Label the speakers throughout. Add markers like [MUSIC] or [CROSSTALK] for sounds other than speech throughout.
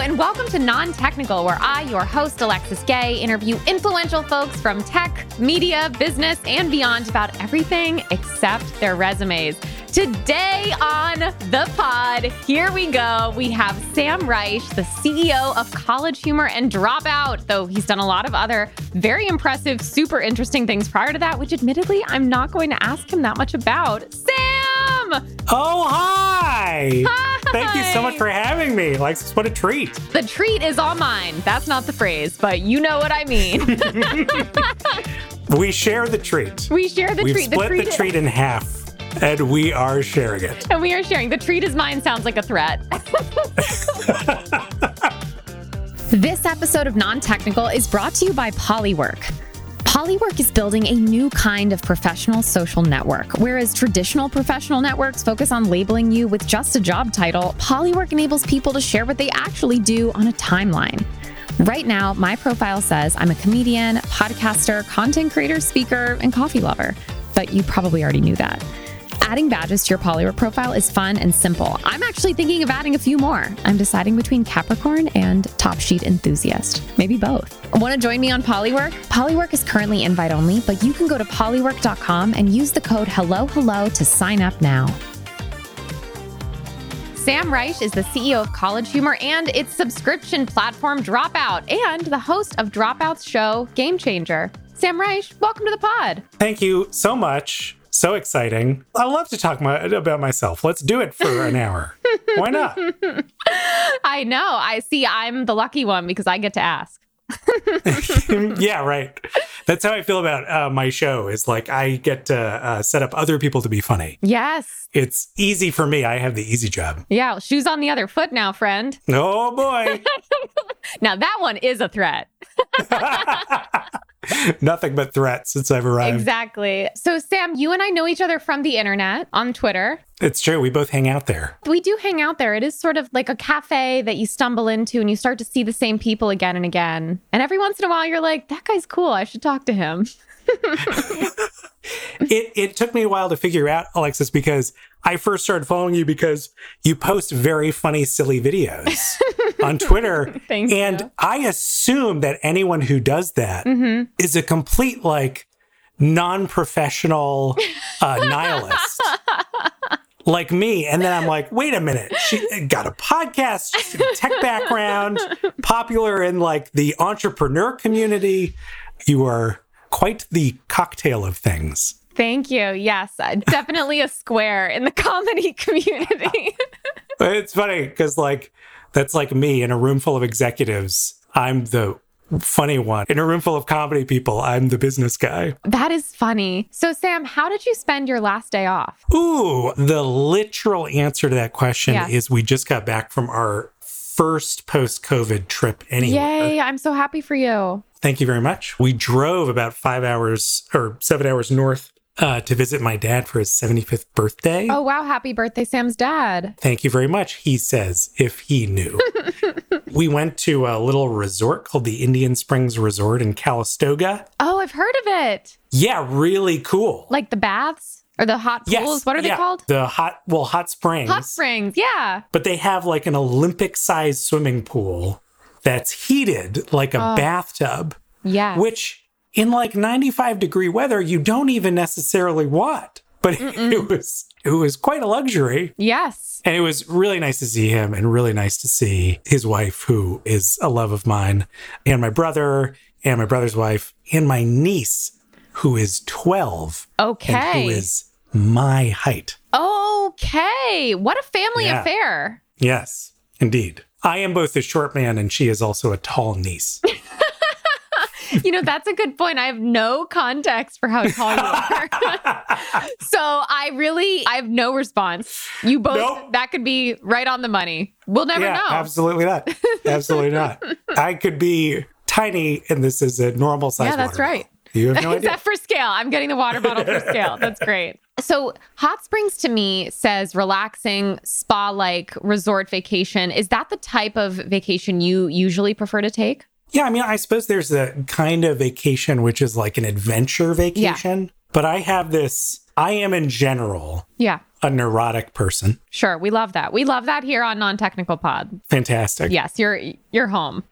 Speaker 1: and welcome to Non Technical, where I, your host, Alexis Gay, interview influential folks from tech, media, business, and beyond about everything except their resumes. Today on the pod, here we go. We have Sam Reich, the CEO of College Humor and Dropout, though he's done a lot of other very impressive, super interesting things prior to that, which admittedly I'm not going to ask him that much about. Sam!
Speaker 2: Oh, hi!
Speaker 1: Hi!
Speaker 2: Thank you so much for having me. Alexis, what a treat.
Speaker 1: The treat is all mine. That's not the phrase, but you know what I mean.
Speaker 2: We share the treat.
Speaker 1: we share the
Speaker 2: We've
Speaker 1: treat.
Speaker 2: split
Speaker 1: treat
Speaker 2: the treat in half, and we are sharing it.
Speaker 1: and [LAUGHS] we are sharing. The treat is mine sounds like a threat. [LAUGHS] this episode of Non Technical is brought to you by Polywork. Polywork is building a new kind of professional social network. Whereas traditional professional networks focus on labeling you with just a job title, Polywork enables people to share what they actually do on a timeline. Right now, my profile says I'm a comedian, podcaster, content creator, speaker, and coffee lover. But you probably already knew that. Adding badges to your Polywork profile is fun and simple. I'm actually thinking of adding a few more. I'm deciding between Capricorn and Top Sheet Enthusiast. Maybe both. Want to join me on Polywork? Polywork is currently invite only, but you can go to polywork.com and use the code HELLOHELLO to sign up now. Sam Reich is the CEO of College Humor and its subscription platform Dropout, and the host of Dropout's show Game Changer. Sam Reich, welcome to the pod.
Speaker 2: Thank you so much. So exciting. I love to talk my, about myself. Let's do it for an
Speaker 1: [LAUGHS]
Speaker 2: hour. Why not? [LAUGHS]
Speaker 1: I know. I see. I'm the lucky one because I get to ask.
Speaker 2: yeah, right. That's how I feel about uh, my show. Is like I get to uh, set up other people to be funny.
Speaker 1: Yes.
Speaker 2: It's easy for me. I have the easy job.
Speaker 1: Yeah. Shoes on the other foot now, friend.
Speaker 2: Oh
Speaker 1: [LAUGHS]
Speaker 2: boy.
Speaker 1: Now that one is a threat.
Speaker 2: Nothing but threats since I've arrived.
Speaker 1: Exactly. So, Sam, you and I know each other from the internet on Twitter.
Speaker 2: It's true. We both hang out there.
Speaker 1: We do hang out there. It is sort of like a cafe that you stumble into and you start to see the same people again and again. And every once in a while, you're like, that guy's cool. I should talk to him.
Speaker 2: [LAUGHS] It it took me a while to figure out Alexis because I first started following you because you post very funny,
Speaker 1: [LAUGHS]
Speaker 2: silly videos on Twitter,
Speaker 1: Thank
Speaker 2: and
Speaker 1: you.
Speaker 2: I assume that anyone who does that is
Speaker 1: Mm-hmm.
Speaker 2: a complete like non-professional
Speaker 1: [LAUGHS]
Speaker 2: uh, nihilist. Like me, and then I'm like, wait a minute. She got a podcast, she's got a tech background, popular in like the entrepreneur community. You are quite the cocktail of things.
Speaker 1: Thank you. Yes, uh, definitely a square in the [LAUGHS] comedy community.
Speaker 2: But It's funny because like that's like me in a room full of executives. I'm the funny one. In a room full of comedy people, I'm the business guy.
Speaker 1: that is funny. So, Sam, how did you spend your last day off?
Speaker 2: Ooh, the literal answer to that question
Speaker 1: Yeah.
Speaker 2: is we just got back from our first post-COVID trip anywhere.
Speaker 1: Yay, I'm so happy for you.
Speaker 2: Thank you very much. We drove about five hours or seven hours north uh, to visit my dad for his 75th birthday.
Speaker 1: Oh, wow. Happy birthday, Sam's dad.
Speaker 2: Thank you very much, he says, if
Speaker 1: [LAUGHS]
Speaker 2: he knew. we went to a little resort called the Indian Springs Resort in Calistoga.
Speaker 1: Oh, I've heard of it.
Speaker 2: Yeah, really cool.
Speaker 1: Like the baths or the hot pools.
Speaker 2: Yes,
Speaker 1: what are they
Speaker 2: yeah.
Speaker 1: called?
Speaker 2: The hot, well, hot springs.
Speaker 1: Hot springs. Yeah.
Speaker 2: But they have like an Olympic sized swimming pool that's heated like
Speaker 1: Ah.
Speaker 2: a bathtub,
Speaker 1: Yeah.
Speaker 2: which in like 95 degree weather, you don't even necessarily want. But [LAUGHS] it was it was quite a luxury.
Speaker 1: yes.
Speaker 2: And it was really nice to see him and really nice to see his wife, who is a love of mine, and my brother, and my brother's wife, and my niece, who is 12 and
Speaker 1: Okay.
Speaker 2: who is my height.
Speaker 1: okay. What a family
Speaker 2: Yeah.
Speaker 1: affair.
Speaker 2: Yes, indeed. I am both a short man and she is also a
Speaker 1: [LAUGHS]
Speaker 2: tall niece.
Speaker 1: You know, that's a good point. I have no context for how tall you are.
Speaker 2: [LAUGHS]
Speaker 1: so I really, I have no response. You both,
Speaker 2: Nope.
Speaker 1: that could be right on the money. We'll never
Speaker 2: yeah,
Speaker 1: know.
Speaker 2: absolutely not. Absolutely not. I could be tiny and this is a normal size.
Speaker 1: Yeah, that's
Speaker 2: water bottle.
Speaker 1: right.
Speaker 2: You
Speaker 1: [LAUGHS]
Speaker 2: have no
Speaker 1: Is
Speaker 2: idea.
Speaker 1: that for scale? I'm getting the water bottle for
Speaker 2: [LAUGHS]
Speaker 1: scale. That's great. So, Hot Springs to me says relaxing, spa like resort vacation. Is that the type of vacation you usually prefer to take?
Speaker 2: Yeah, I mean, I suppose there's a kind of vacation which is like an adventure vacation, but I have this. I am in general
Speaker 1: Yeah.
Speaker 2: a neurotic person.
Speaker 1: Sure, we love that. We love that here on Non-Technical Pod.
Speaker 2: Fantastic.
Speaker 1: Yes, you're you're home.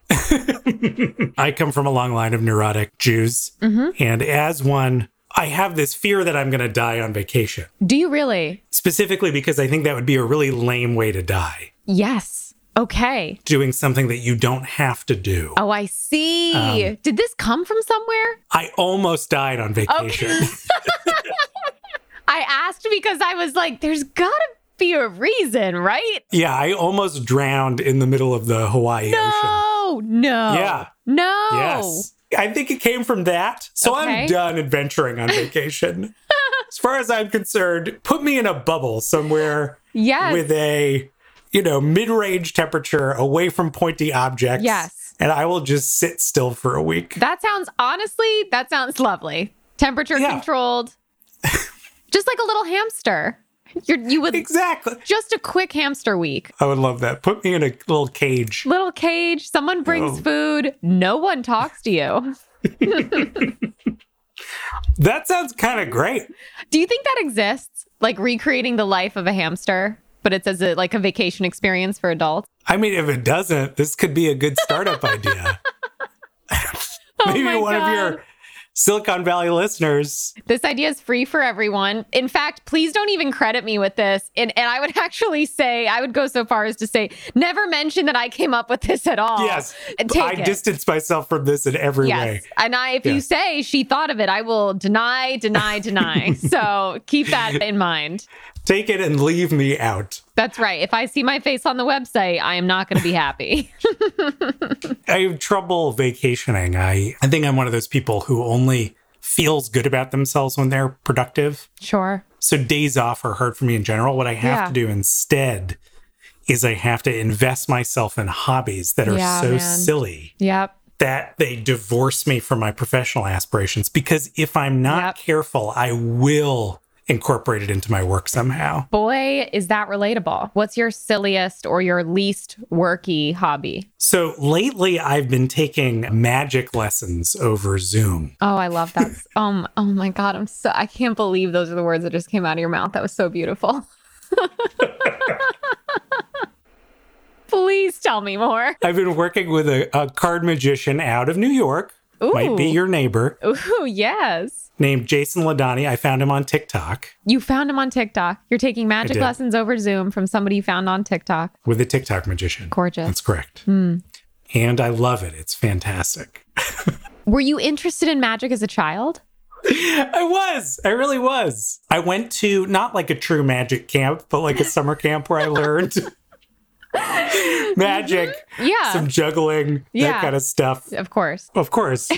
Speaker 2: I come from a long line of neurotic Jews. And as one, I have this fear that I'm going to die on vacation,
Speaker 1: Do you really?
Speaker 2: specifically because I think that would be a really lame way to die,
Speaker 1: Yes. Okay.
Speaker 2: doing something that you don't have to do.
Speaker 1: Oh, I see.
Speaker 2: Um,
Speaker 1: Did this come from somewhere?
Speaker 2: I almost died on vacation.
Speaker 1: I asked because I was like, there's gotta be a reason, right?
Speaker 2: [LAUGHS] yeah, I almost drowned in the middle of the Hawaii Ocean.
Speaker 1: No, no.
Speaker 2: Yeah.
Speaker 1: No.
Speaker 2: Yes. I think it came from that. So
Speaker 1: Oh. Okay.
Speaker 2: I'm done adventuring
Speaker 1: [LAUGHS]
Speaker 2: on vacation. as far as I'm concerned, put me in a bubble somewhere
Speaker 1: Yes.
Speaker 2: with a, you know, mid-range temperature away from pointy objects.
Speaker 1: Yes.
Speaker 2: And I will just sit still for a week.
Speaker 1: that sounds honestly, that sounds lovely. Temperature
Speaker 2: Yeah. [LAUGHS]
Speaker 1: controlled. just like a little hamster. You're, you would
Speaker 2: exactly.
Speaker 1: just a quick hamster week.
Speaker 2: I would love that. Put me in a little cage.
Speaker 1: Little cage, someone brings
Speaker 2: Oh.
Speaker 1: food, no one talks to you.
Speaker 2: That sounds kind of great.
Speaker 1: Do you think that exists? Like recreating the life of a hamster, but it's as a like a vacation experience for adults.
Speaker 2: I mean, if it doesn't, this could be a good
Speaker 1: [LAUGHS]
Speaker 2: startup idea.
Speaker 1: Oh
Speaker 2: Maybe
Speaker 1: my
Speaker 2: one
Speaker 1: God.
Speaker 2: of your Silicon Valley listeners.
Speaker 1: This idea is free for everyone. In fact, please don't even credit me with this. And and I would [LAUGHS] actually say I would go so far as to say never mention that I came up with this at all.
Speaker 2: Yes.
Speaker 1: And Take
Speaker 2: I
Speaker 1: it.
Speaker 2: distance myself from this in every way.
Speaker 1: Yes. And I if you
Speaker 2: Yeah.
Speaker 1: say she thought of it, I will deny, deny,
Speaker 2: [LAUGHS]
Speaker 1: deny. so keep that in mind.
Speaker 2: Take it and leave me out.
Speaker 1: That's right. If I see my face on the website, I am not going to be happy.
Speaker 2: I have trouble vacationing. I, I think I'm one of those people who only feels good about themselves when they're productive.
Speaker 1: [LAUGHS] sure.
Speaker 2: So days off are hard for me in general. What I have
Speaker 1: Yeah.
Speaker 2: to do instead is I have to invest myself in hobbies that are
Speaker 1: Yeah,
Speaker 2: so
Speaker 1: man.
Speaker 2: silly
Speaker 1: Yep.
Speaker 2: that they divorce me from my professional aspirations. Because if I'm not
Speaker 1: Yep.
Speaker 2: careful, I will incorporate it into my work somehow.
Speaker 1: Boy, is that relatable. What's your silliest or your least worky hobby?
Speaker 2: So lately, I've been taking magic lessons over Zoom.
Speaker 1: Oh, I love that. [LAUGHS] um, oh my God, I'm so I can't believe those are the words that just came out of your mouth. That was so
Speaker 2: [LAUGHS]
Speaker 1: beautiful. Please tell me more.
Speaker 2: I've been working with a, a card magician out of New York. Might be
Speaker 1: Ooh. Oh.
Speaker 2: your neighbor
Speaker 1: Ooh, [LAUGHS] yes.
Speaker 2: named Jason Ladani. I found him on TikTok
Speaker 1: You found him on TikTok. You're taking magic
Speaker 2: did.
Speaker 1: lessons over Zoom from somebody you found on TikTok.
Speaker 2: with a TikTok magician.
Speaker 1: Gorgeous. Hmm.
Speaker 2: That's correct. And I love it. It's fantastic. [LAUGHS]
Speaker 1: Were you interested in magic as a child?
Speaker 2: I was. I really was. I went to not like a true magic camp, but
Speaker 1: [LAUGHS]
Speaker 2: like a summer camp where I learned magic,
Speaker 1: Yeah,
Speaker 2: some juggling,
Speaker 1: Yeah.
Speaker 2: that kind of stuff.
Speaker 1: of course. [LAUGHS]
Speaker 2: Of course.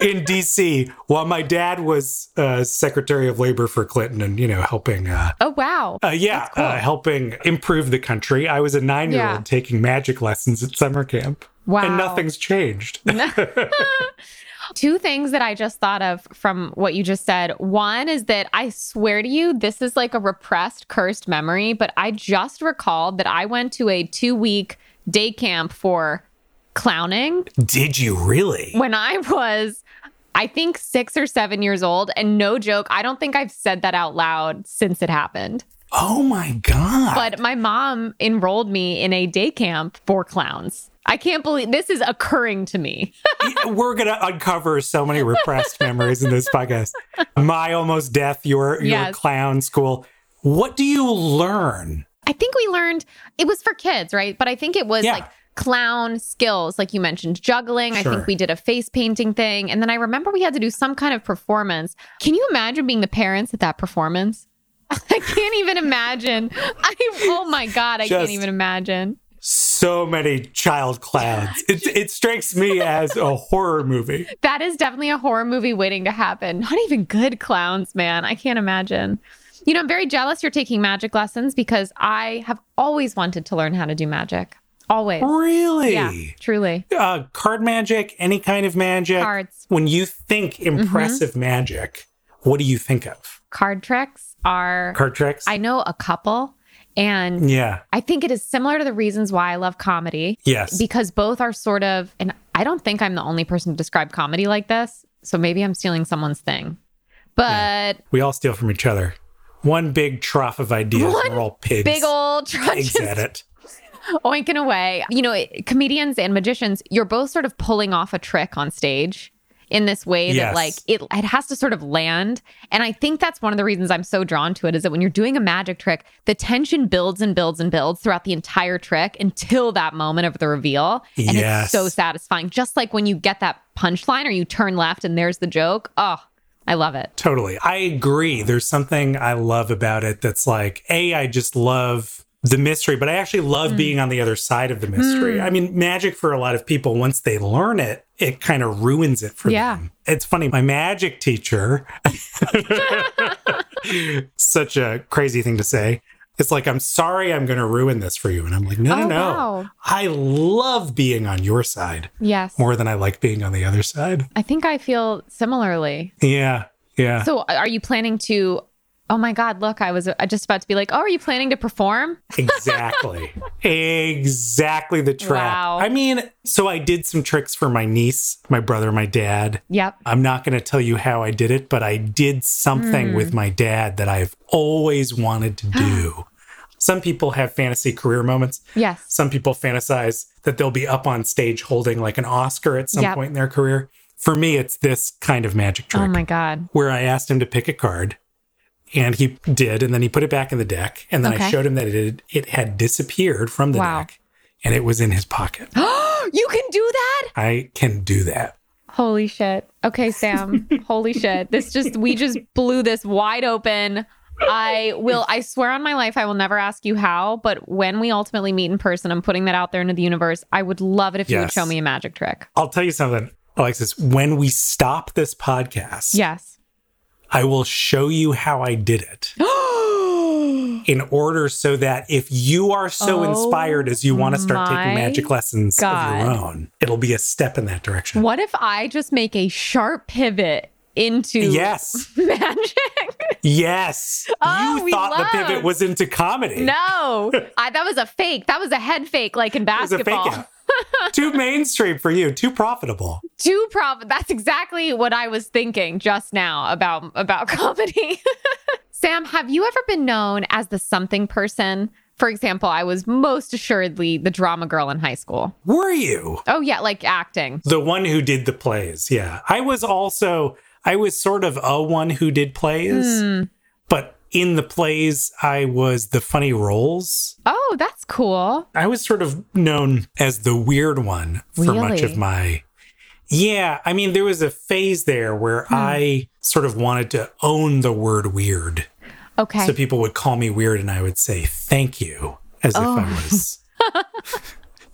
Speaker 2: In DC, while my dad was uh, Secretary of Labor for Clinton and, you know, helping, uh,
Speaker 1: Oh,
Speaker 2: [LAUGHS]
Speaker 1: wow.
Speaker 2: uh, yeah, uh, helping improve the country, I was a nine year old
Speaker 1: Yeah.
Speaker 2: taking magic lessons at summer camp.
Speaker 1: Wow.
Speaker 2: And nothing's changed.
Speaker 1: Two things that I just thought of from what you just said. One is that I swear to you, this is like a repressed, cursed memory, but I just recalled that I went to a two week day camp for clowning
Speaker 2: [LAUGHS] Did you really?
Speaker 1: when I was, I think, six or seven years old. And no joke, I don't think I've said that out loud since it happened.
Speaker 2: Oh my God.
Speaker 1: But my mom enrolled me in a day camp for clowns. I can't believe this is occurring to me.
Speaker 2: We're going to uncover so many repressed memories in this podcast. My almost death, your, your
Speaker 1: Yes.
Speaker 2: clown school. What do you learn?
Speaker 1: I think we learned it was for kids, right? But I think it was
Speaker 2: Yeah.
Speaker 1: like clown skills, like you mentioned, juggling. I
Speaker 2: Sure.
Speaker 1: think we did a face painting thing. And then I remember we had to do some kind of performance. Can you imagine being the parents at that performance? [LAUGHS] I can't even imagine. I oh my god, I can't
Speaker 2: Just-
Speaker 1: even imagine.
Speaker 2: so many
Speaker 1: [LAUGHS]
Speaker 2: child clowns. It, it strikes me as a horror movie.
Speaker 1: That is definitely a horror movie waiting to happen. [LAUGHS] Not even good clowns, man. I can't imagine. You know, I'm very jealous you're taking magic lessons because I have always wanted to learn how to do magic. Always.
Speaker 2: Really?
Speaker 1: Yeah, truly.
Speaker 2: Uh, card magic, any kind of magic.
Speaker 1: Cards. Mm-hmm.
Speaker 2: When you think impressive magic, what do you think of?
Speaker 1: card tricks are
Speaker 2: Card tricks?
Speaker 1: I know a couple and
Speaker 2: yeah.
Speaker 1: I think it is similar to the reasons why I love comedy
Speaker 2: Yes.
Speaker 1: because both are sort of and I don't think I'm the only person to describe comedy like this, so maybe I'm stealing someone's thing. But
Speaker 2: we all steal from each other. One big trough of ideas.
Speaker 1: One
Speaker 2: We're all pigs.
Speaker 1: Big old [LAUGHS]
Speaker 2: pigs
Speaker 1: trudges
Speaker 2: at it.
Speaker 1: oinking away. You know, it- comedians and magicians, you're both sort of pulling off a trick on stage in this way that
Speaker 2: Yes.
Speaker 1: like it it has to sort of land. And I think that's one of the reasons I'm so drawn to it is that when you're doing a magic trick, the tension builds and builds and builds throughout the entire trick until that moment of the reveal. And
Speaker 2: Yes.
Speaker 1: it's so satisfying. Just like when you get that punchline or you turn left and there's the joke. Oh, I love it.
Speaker 2: Totally. I agree. There's something I love about it that's like, A, I just love the mystery, but I actually
Speaker 1: Mm.
Speaker 2: love being on the other side of the mystery. I mean, magic for a lot of people, once they learn it, it kind of ruins it for
Speaker 1: Yeah.
Speaker 2: them. It's funny. My magic teacher, [LAUGHS] such a crazy thing to say. It's like, I'm sorry I'm going to ruin this for you. And I'm like, no,
Speaker 1: Oh,
Speaker 2: no, no.
Speaker 1: wow.
Speaker 2: I love being on your side
Speaker 1: Yes.
Speaker 2: more than I like being on the other side.
Speaker 1: I think I feel similarly.
Speaker 2: Yeah. Yeah.
Speaker 1: So are you planning to? Oh my God! Look, I was uh, just about to be like, "Oh, are you planning to perform?"
Speaker 2: Exactly. exactly the trap.
Speaker 1: Wow.
Speaker 2: I mean, so I did some tricks for my niece, my brother, my dad.
Speaker 1: Yep.
Speaker 2: I'm not going to tell you how I did it, but I did something
Speaker 1: Hmm.
Speaker 2: with my dad that I've always wanted to
Speaker 1: [GASPS]
Speaker 2: do. some people have fantasy career moments.
Speaker 1: Yes.
Speaker 2: Some people fantasize that they'll be up on stage holding like an Oscar at some
Speaker 1: Yep.
Speaker 2: point in their career. For me, it's this kind of magic trick
Speaker 1: Oh my God. [GASPS]
Speaker 2: where I asked him to pick a card, and he did, and then he put it back in the deck, and then
Speaker 1: Okay.
Speaker 2: I showed him that it it had disappeared from the
Speaker 1: Wow.
Speaker 2: deck, and it was in his pocket.
Speaker 1: you can do that.
Speaker 2: I can do that.
Speaker 1: Holy shit. Okay, Sam. Holy shit. This just we just blew this wide open. I will I swear on my life I will never ask you how, but when we ultimately meet in person, I'm putting that out there into the universe. I would love it if you would
Speaker 2: Yes.
Speaker 1: show me a magic trick.
Speaker 2: I'll tell you something, Alexis. When we stop this podcast,
Speaker 1: Yes. [GASPS]
Speaker 2: I will show you how I did it in order so that if you are so
Speaker 1: Oh
Speaker 2: inspired as you want to start
Speaker 1: my
Speaker 2: taking magic lessons of
Speaker 1: God.
Speaker 2: your own, it'll be a step in that direction.
Speaker 1: what if I just make a sharp pivot into
Speaker 2: Yes.
Speaker 1: [LAUGHS] magic?
Speaker 2: Yes.
Speaker 1: [LAUGHS] Oh, we
Speaker 2: you thought the
Speaker 1: love-
Speaker 2: pivot was into comedy.
Speaker 1: No, I, that was a fake. That was a head fake, like in
Speaker 2: It was a
Speaker 1: basketball.
Speaker 2: fake out. too mainstream for you, too profitable.
Speaker 1: Too prof. That's exactly what I was thinking just now about about [LAUGHS] comedy. Sam, have you ever been known as the something person? For example, I was most assuredly the drama girl in high school.
Speaker 2: Were you?
Speaker 1: Oh yeah, like acting.
Speaker 2: The one who did the plays. Yeah. I was also, I was sort of a one who did plays,
Speaker 1: Hmm.
Speaker 2: but in the plays, I was the funny roles.
Speaker 1: Oh, that's cool.
Speaker 2: I was sort of known as the weird one for much
Speaker 1: Really?
Speaker 2: of my. Yeah. I mean, there was a phase there where
Speaker 1: Hmm.
Speaker 2: I sort of wanted to own the word weird.
Speaker 1: Okay.
Speaker 2: So people would call me weird and I would say thank you as
Speaker 1: Oh.
Speaker 2: if I
Speaker 1: [LAUGHS]
Speaker 2: was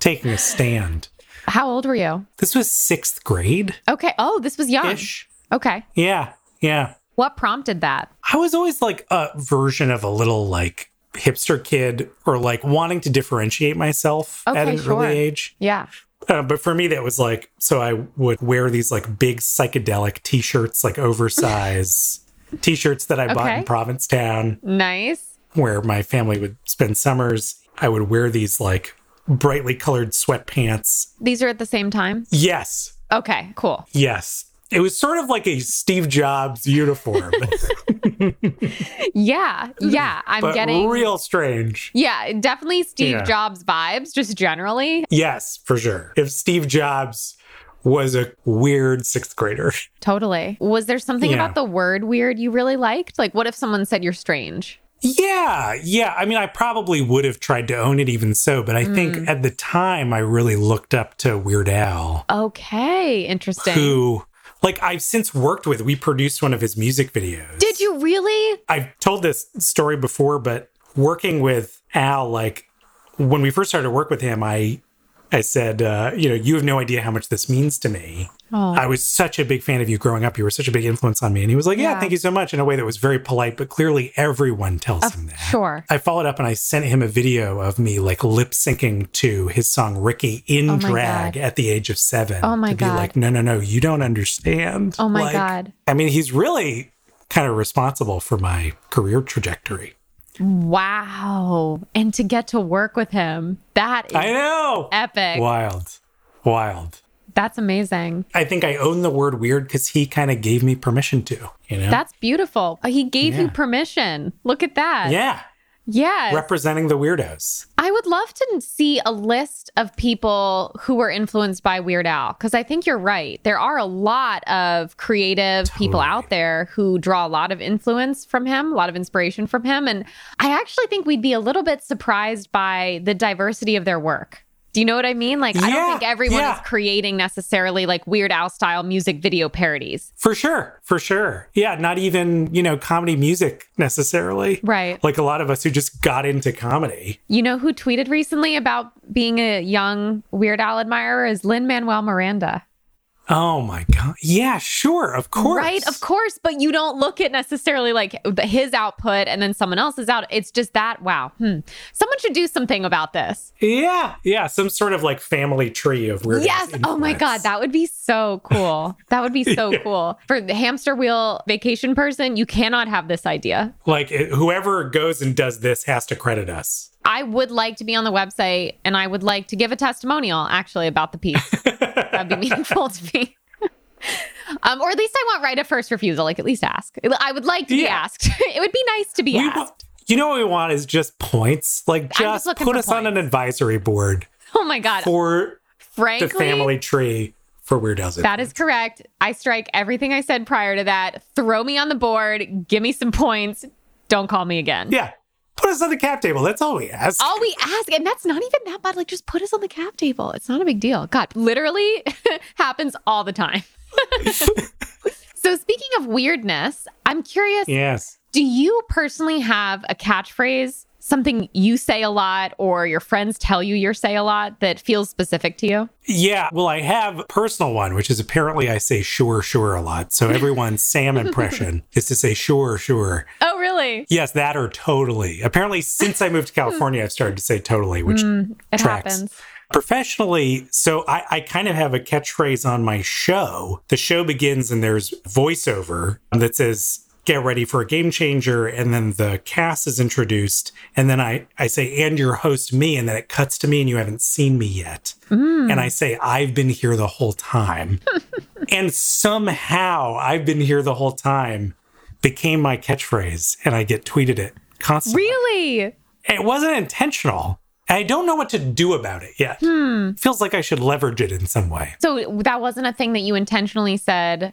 Speaker 2: taking a stand.
Speaker 1: How old were you?
Speaker 2: This was sixth grade
Speaker 1: Okay. Oh, this was young.
Speaker 2: ish.
Speaker 1: Okay.
Speaker 2: Yeah. Yeah.
Speaker 1: What prompted that?
Speaker 2: I was always like a version of a little like hipster kid or like wanting to differentiate myself
Speaker 1: Okay,
Speaker 2: at an
Speaker 1: sure.
Speaker 2: early age.
Speaker 1: Yeah.
Speaker 2: Uh, but for me, that was like, so I would wear these like big psychedelic t shirts, like
Speaker 1: [LAUGHS]
Speaker 2: oversized t shirts that I bought
Speaker 1: Okay.
Speaker 2: in Provincetown.
Speaker 1: Nice.
Speaker 2: where my family would spend summers. I would wear these like brightly colored sweatpants.
Speaker 1: These are at the same time.
Speaker 2: Yes,
Speaker 1: Okay. Cool.
Speaker 2: yes. It was sort of like a Steve Jobs uniform,
Speaker 1: Yeah. Yeah. I'm
Speaker 2: but
Speaker 1: getting
Speaker 2: real strange.
Speaker 1: Yeah, definitely Steve
Speaker 2: Yeah.
Speaker 1: Jobs vibes, just generally.
Speaker 2: Yes, for sure. If Steve Jobs was a weird sixth grader,
Speaker 1: Totally. Was there something
Speaker 2: Yeah.
Speaker 1: about the word weird you really liked? Like, what if someone said you're strange?
Speaker 2: yeah, yeah. I mean, I probably would have tried to own it even so, but I think at the time I really looked up to Weird Al.
Speaker 1: Okay, interesting.
Speaker 2: Who, like, I've since worked with. We produced one of his music videos.
Speaker 1: Did you really?
Speaker 2: I've told this story before, but working with Al, like when we first started to work with him, I I said, uh, you know, you have no idea how much this means to me.
Speaker 1: Oh.
Speaker 2: I was such a big fan of you growing up. You were such a big influence on me. And he was like, yeah,
Speaker 1: Yeah.
Speaker 2: thank you so much in a way that was very polite, but clearly everyone tells him that.
Speaker 1: Sure.
Speaker 2: I followed up and I sent him a video of me like lip syncing to his song Ricky in
Speaker 1: Oh my
Speaker 2: drag
Speaker 1: God.
Speaker 2: at the age of seven.
Speaker 1: Oh my
Speaker 2: to
Speaker 1: God.
Speaker 2: Be like, no, no, no, you don't understand.
Speaker 1: Oh my
Speaker 2: Like,
Speaker 1: God.
Speaker 2: I mean, he's really kind of responsible for my career trajectory.
Speaker 1: Wow. And to get to work with him, that is
Speaker 2: I know.
Speaker 1: epic.
Speaker 2: Wild. Wild.
Speaker 1: That's amazing.
Speaker 2: I think I own the word weird because he kind of gave me permission to, you know?
Speaker 1: That's beautiful. Uh, He gave you
Speaker 2: Yeah.
Speaker 1: permission. Look at that.
Speaker 2: yeah.
Speaker 1: Yes.
Speaker 2: Representing the weirdos.
Speaker 1: I would love to see a list of people who were influenced by Weird Al because I think you're right. There are a lot of creative people
Speaker 2: Totally.
Speaker 1: out there who draw a lot of influence from him, a lot of inspiration from him. And I actually think we'd be a little bit surprised by the diversity of their work. Do you know what I mean? Like, I don't
Speaker 2: Yeah,
Speaker 1: think everyone
Speaker 2: yeah.
Speaker 1: is creating necessarily like Weird Al style music video parodies.
Speaker 2: For sure. For sure. Yeah. Not even, you know, comedy music necessarily.
Speaker 1: Right.
Speaker 2: Like a lot of us who just got into comedy.
Speaker 1: You know who tweeted recently about being a young Weird Al admirer is Lin Manuel Miranda.
Speaker 2: Oh my God. Yeah, sure. Of course.
Speaker 1: Right, of course, but you don't look at necessarily like his output and then someone else's out. It's just that wow. Hmm. Someone should do something about this.
Speaker 2: Yeah. Yeah. Some sort of like family tree of weirdos.
Speaker 1: yes. Oh my god,
Speaker 2: influence.
Speaker 1: that would be so cool. that
Speaker 2: [LAUGHS]
Speaker 1: would be so cool. For the hamster wheel vacation person, you cannot have this idea.
Speaker 2: Like it- whoever goes and does this has to credit us.
Speaker 1: I would like to be on the website and I would like to give a testimonial actually about the
Speaker 2: [LAUGHS]
Speaker 1: piece. That'd be meaningful to me. [LAUGHS] Um, or at least I want right of first refusal. Like at least ask. I would like to be
Speaker 2: Yeah.
Speaker 1: asked. [LAUGHS] it would be nice to be
Speaker 2: We
Speaker 1: asked.
Speaker 2: wa- you know what we want is just points. Like
Speaker 1: just
Speaker 2: just,
Speaker 1: looking
Speaker 2: put
Speaker 1: for
Speaker 2: us on an
Speaker 1: points.
Speaker 2: advisory board
Speaker 1: oh my god.
Speaker 2: for
Speaker 1: Frankly,
Speaker 2: the family tree for weirdos.
Speaker 1: that is correct. I strike everything I said prior to that. Throw me on the board. Give me some points. Don't call me again.
Speaker 2: yeah. Put us on the cap table. That's all we ask.
Speaker 1: All we ask, and that's not even that bad. Like, just put us on the cap table. It's not a big deal. God, literally [LAUGHS] happens all the time. [LAUGHS] so, speaking of weirdness, I'm curious
Speaker 2: yes.
Speaker 1: do you personally have a catchphrase, something you say a lot or your friends tell you you say a lot that feels specific to you?
Speaker 2: Yeah, well, I have a personal one, which is apparently I say sure, sure a lot. So everyone's Sam impression is to say sure, sure.
Speaker 1: Oh, really?
Speaker 2: Yes, that or totally. Apparently, since I moved to California, I've started to say totally, which
Speaker 1: It
Speaker 2: Tracks.
Speaker 1: happens.
Speaker 2: professionally, so I, I kind of have a catchphrase on my show. The show begins and there's voiceover that says, Get ready for a game changer. And then the cast is introduced. And then I, I say, And your host, me. And then it cuts to me and you haven't seen me yet.
Speaker 1: Mm.
Speaker 2: And I say, I've been here the whole
Speaker 1: [LAUGHS]
Speaker 2: time. and somehow I've been here the whole time became my catchphrase. And I get tweeted it constantly.
Speaker 1: Really?
Speaker 2: It wasn't intentional. I don't know what to do about it yet.
Speaker 1: Hmm.
Speaker 2: Feels like I should leverage it in some way.
Speaker 1: So that wasn't a thing that you intentionally said,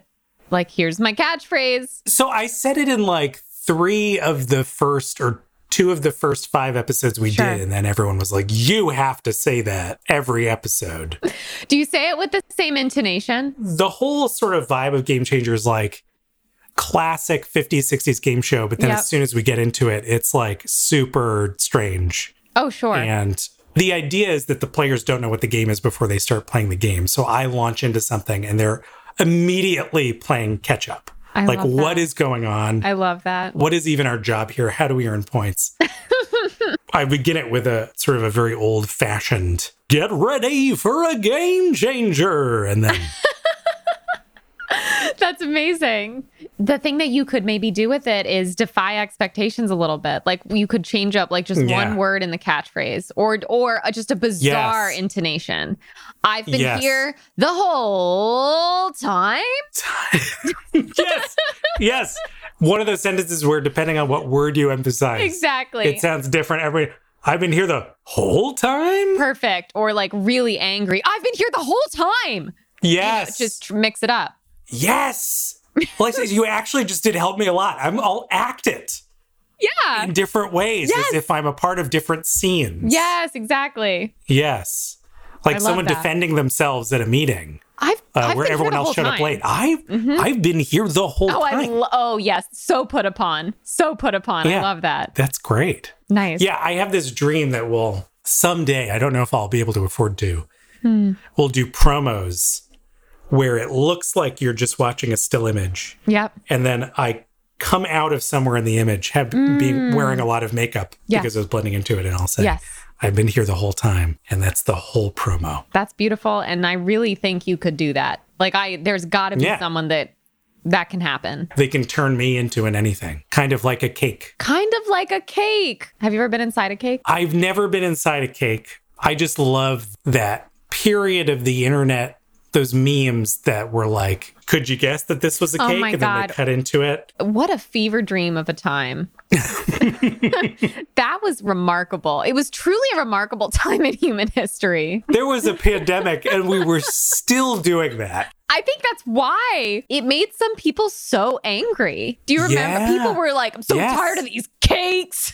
Speaker 1: like, here's my catchphrase.
Speaker 2: So I said it in like three of the first or two of the first five episodes we
Speaker 1: Sure.
Speaker 2: did. And then everyone was like, you have to say that
Speaker 1: [LAUGHS]
Speaker 2: every episode.
Speaker 1: Do you say it with the same intonation?
Speaker 2: the whole sort of vibe of Game Changer is like classic 50s, 60s game show. But then
Speaker 1: Yep.
Speaker 2: as soon as we get into it, it's like super strange.
Speaker 1: Oh, sure.
Speaker 2: And the idea is that the players don't know what the game is before they start playing the game. So I launch into something and they're immediately playing catch up.
Speaker 1: I
Speaker 2: like,
Speaker 1: love
Speaker 2: what
Speaker 1: that.
Speaker 2: is going on?
Speaker 1: I love that. [LAUGHS]
Speaker 2: what is even our job here? How do we earn points? I begin it with a sort of a very old fashioned get ready for a game changer. And
Speaker 1: [LAUGHS]
Speaker 2: then,
Speaker 1: That's amazing. The thing that you could maybe do with it is defy expectations a little bit. Like you could change up like just
Speaker 2: Yeah.
Speaker 1: one word in the catchphrase or or uh, just a bizarre
Speaker 2: Yes.
Speaker 1: intonation. I've been
Speaker 2: Yes.
Speaker 1: here the whole time.
Speaker 2: yes, yes, one of those sentences where, depending on what word you emphasize,
Speaker 1: Exactly.
Speaker 2: it sounds different. Every I've been here the whole time.
Speaker 1: Perfect. Or like really angry. I've been here the whole time.
Speaker 2: Yes,
Speaker 1: Just mix it up.
Speaker 2: Yes. Alexis, you actually just did help me a lot. I'm I'll act it
Speaker 1: Yeah.
Speaker 2: in different ways
Speaker 1: Yes.
Speaker 2: as if I'm a part of different scenes.
Speaker 1: Yes, exactly.
Speaker 2: Yes.
Speaker 1: I
Speaker 2: Like
Speaker 1: love
Speaker 2: someone
Speaker 1: that.
Speaker 2: defending themselves at a meeting
Speaker 1: I've,
Speaker 2: uh,
Speaker 1: I've
Speaker 2: where
Speaker 1: been here
Speaker 2: everyone
Speaker 1: the
Speaker 2: else
Speaker 1: whole
Speaker 2: showed
Speaker 1: time.
Speaker 2: up
Speaker 1: Mm-hmm.
Speaker 2: late. I've I've been here the whole
Speaker 1: Oh, I
Speaker 2: time.
Speaker 1: lo- oh yes, so put upon, so put upon. I
Speaker 2: Yeah.
Speaker 1: love that.
Speaker 2: That's great.
Speaker 1: Nice.
Speaker 2: Yeah, I have this dream that we'll someday, I don't know if I'll be able to afford to,
Speaker 1: Hmm.
Speaker 2: we'll do promos where it looks like you're just watching a still image
Speaker 1: Yep.
Speaker 2: and then I come out of somewhere in the image, have being wearing a lot of makeup
Speaker 1: Mm. Yeah.
Speaker 2: because I was blending into it, and I'll say,
Speaker 1: Yes.
Speaker 2: "I've been here the whole time," and that's the whole promo.
Speaker 1: That's beautiful, and I really think you could do that. Like I, there's got to be
Speaker 2: Yeah.
Speaker 1: someone that that can happen.
Speaker 2: They can turn me into an anything, kind of like a cake.
Speaker 1: Kind of like a cake. Have you ever been inside a cake?
Speaker 2: I've never been inside a cake. I just love that period of the internet, those memes that were like, could you guess that this was a
Speaker 1: Oh
Speaker 2: cake?
Speaker 1: my
Speaker 2: and then
Speaker 1: God.
Speaker 2: they cut into it.
Speaker 1: What a fever dream of a
Speaker 2: [LAUGHS]
Speaker 1: time. [LAUGHS] that was remarkable. It was truly a remarkable [LAUGHS] time in human history.
Speaker 2: There was a pandemic and we were still doing that.
Speaker 1: I think that's why it made some people so angry. Do you remember?
Speaker 2: Yeah.
Speaker 1: People were like, I'm so
Speaker 2: Yes.
Speaker 1: tired of these cakes.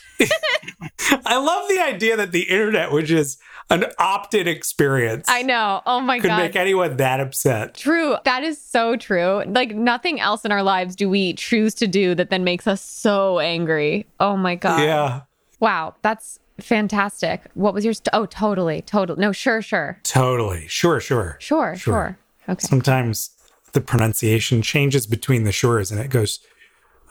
Speaker 2: I love the idea that the internet, which is an opt in experience,
Speaker 1: I know. Oh my
Speaker 2: could
Speaker 1: God.
Speaker 2: make anyone that upset.
Speaker 1: True. That is so true. Like nothing else in our lives do we choose to do that then makes us so angry. Oh my God.
Speaker 2: Yeah,
Speaker 1: Wow. That's fantastic. What was your? St- oh, totally. Totally. No, sure, sure.
Speaker 2: totally. Sure, sure.
Speaker 1: Sure, sure.
Speaker 2: Sure.
Speaker 1: Okay.
Speaker 2: Sometimes the pronunciation changes between the shores and it goes,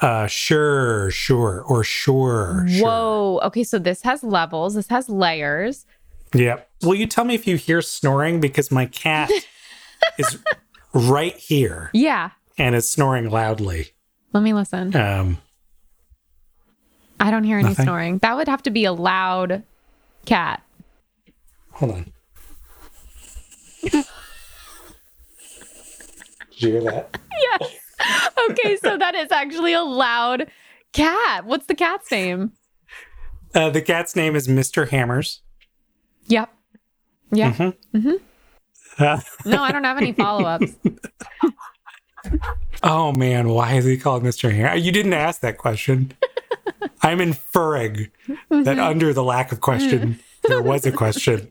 Speaker 2: uh, sure, sure, or sure, sure.
Speaker 1: Whoa. Okay. So this has levels, this has layers.
Speaker 2: Yep. Will you tell me if you hear snoring? Because my
Speaker 1: [LAUGHS]
Speaker 2: cat is right here
Speaker 1: Yeah.
Speaker 2: and is snoring loudly.
Speaker 1: Let me listen.
Speaker 2: Um,
Speaker 1: I don't hear any
Speaker 2: Nothing.
Speaker 1: snoring. That would have to be a loud cat. [LAUGHS]
Speaker 2: Hold on. Did you hear that?
Speaker 1: Yes. okay. So that is actually a loud cat. What's the cat's name?
Speaker 2: Uh, the cat's name is Mr. Hammers.
Speaker 1: Yep. Yeah.
Speaker 2: Mm-hmm. Uh, [LAUGHS]
Speaker 1: No, I don't have any follow ups.
Speaker 2: oh man, why is he called Mr. Hammers? You didn't ask that question. I'm inferring that under the lack of question, there was a question,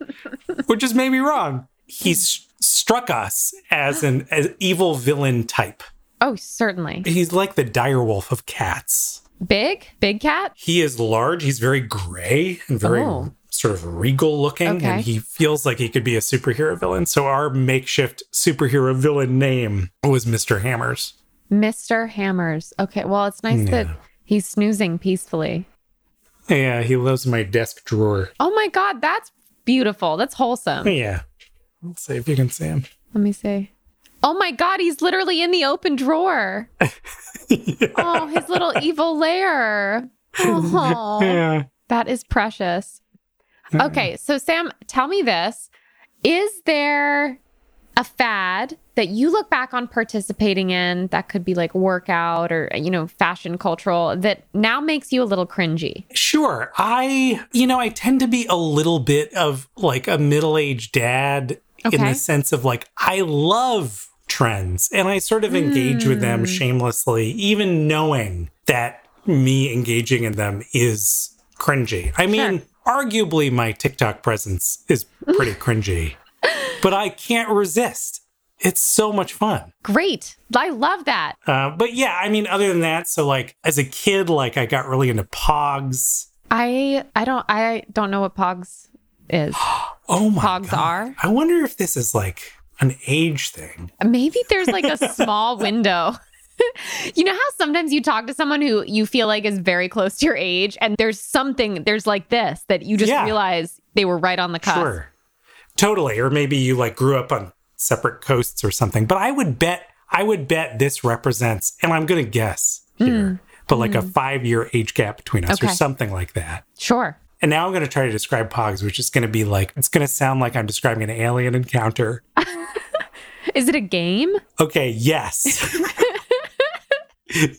Speaker 2: which is maybe wrong. He s- struck us as an as evil villain type.
Speaker 1: oh, certainly.
Speaker 2: He's like the direwolf of cats.
Speaker 1: Big? Big cat?
Speaker 2: He is large. He's very gray and very
Speaker 1: Oh.
Speaker 2: sort of regal looking,
Speaker 1: Okay.
Speaker 2: and he feels like he could be a superhero villain. So our makeshift superhero villain name was Mister Hammers.
Speaker 1: Mr. Hammers. Okay. Well, it's nice that
Speaker 2: Yeah.
Speaker 1: he's snoozing peacefully.
Speaker 2: Yeah, he lives in my desk drawer.
Speaker 1: Oh my God. That's beautiful. That's wholesome.
Speaker 2: Yeah, let's see if you can see him.
Speaker 1: Let me see. Oh my God, he's literally in the open drawer.
Speaker 2: [LAUGHS]
Speaker 1: Oh, his little evil lair.
Speaker 2: [LAUGHS]
Speaker 1: Oh,
Speaker 2: Yeah,
Speaker 1: that is precious. Okay, so Sam, tell me this. Is there a fad that you look back on participating in that could be like workout or, you know, fashion cultural that now makes you a little cringy?
Speaker 2: sure. I, you know, I tend to be a little bit of like a middle aged dad in
Speaker 1: Okay.
Speaker 2: the sense of like, I love trends and I sort of engage with them shamelessly, even knowing that me engaging in them is cringy. I mean, arguably my TikTok presence is pretty cringy, but I can't resist. It's so much fun.
Speaker 1: Great. I love that.
Speaker 2: Uh, but yeah, I mean, other than that, so like as a kid, like I got really into pogs.
Speaker 1: I I don't I don't know what pogs is.
Speaker 2: Oh my
Speaker 1: Pogs
Speaker 2: God.
Speaker 1: are?
Speaker 2: I wonder if this is like an age thing.
Speaker 1: Maybe there's like a small window. [LAUGHS] you know how sometimes you talk to someone who you feel like is very close to your age, and there's something, there's like this that you just
Speaker 2: Yeah.
Speaker 1: realize they were right on the cusp.
Speaker 2: Sure. Totally. Or maybe you like grew up on separate coasts or something. But I would bet I would bet this represents, and I'm gonna guess here, but like a five year age gap between us or
Speaker 1: Hmm. Okay.
Speaker 2: something like that.
Speaker 1: Sure.
Speaker 2: And now I'm gonna try to describe pogs, which is gonna be like it's gonna sound like I'm describing an alien encounter.
Speaker 1: Is it a game? [LAUGHS]
Speaker 2: Okay, yes. [LAUGHS]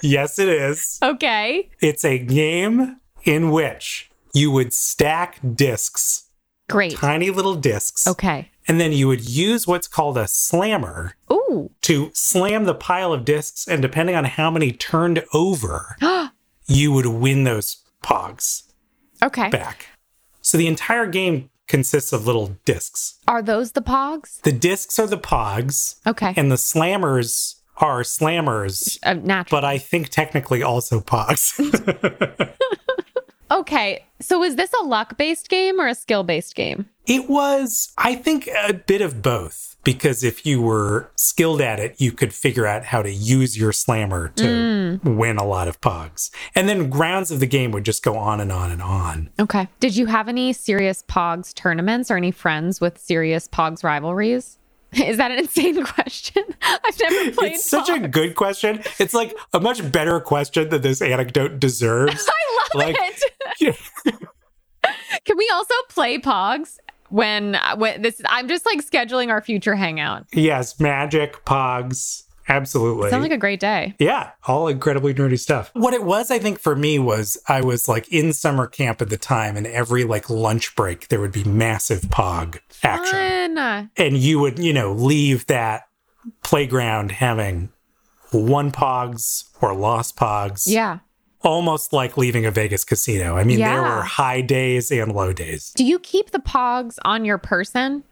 Speaker 2: yes, it is.
Speaker 1: Okay.
Speaker 2: It's a game in which you would stack discs,
Speaker 1: Great.
Speaker 2: tiny little discs,
Speaker 1: Okay.
Speaker 2: and then you would use what's called a slammer
Speaker 1: Ooh.
Speaker 2: to slam the pile of discs. And depending on how many turned
Speaker 1: [GASPS]
Speaker 2: over, you would win those pogs
Speaker 1: Okay.
Speaker 2: back. So the entire game consists of little discs.
Speaker 1: Are those the pogs?
Speaker 2: The discs are the pogs,
Speaker 1: Okay.
Speaker 2: and the slammers are slammers,
Speaker 1: Uh, natural.
Speaker 2: but I think technically also pogs. [LAUGHS]
Speaker 1: Okay. So is this a luck based game or a skill based game?
Speaker 2: It was, I think, a bit of both because if you were skilled at it, you could figure out how to use your slammer to
Speaker 1: Mm.
Speaker 2: win a lot of pogs. And then rounds of the game would just go on and on and on.
Speaker 1: Okay. Did you have any serious Pogs tournaments or any friends with serious Pogs rivalries? [LAUGHS] Is that an insane [LAUGHS] question? I've never played.
Speaker 2: It's such a
Speaker 1: Pogs.
Speaker 2: good question. It's like a much better question that this
Speaker 1: [LAUGHS]
Speaker 2: anecdote deserves. [LAUGHS]
Speaker 1: I love [LAUGHS]
Speaker 2: like-
Speaker 1: it. Can we also play Pogs when, when this I'm just like scheduling our future hangout.
Speaker 2: Yes, magic pogs. Absolutely.
Speaker 1: Sounds like a great day.
Speaker 2: Yeah, all incredibly nerdy stuff. What it was, I think, for me was I was like in summer camp at the time, and every like lunch break, there would be massive pog action.
Speaker 1: Fun.
Speaker 2: And you would, you know, leave that playground having one pogs or lost pogs.
Speaker 1: Yeah.
Speaker 2: Almost like leaving a Vegas casino. I mean, there
Speaker 1: Yeah.
Speaker 2: were high days and low days.
Speaker 1: Do you keep the pogs on your person?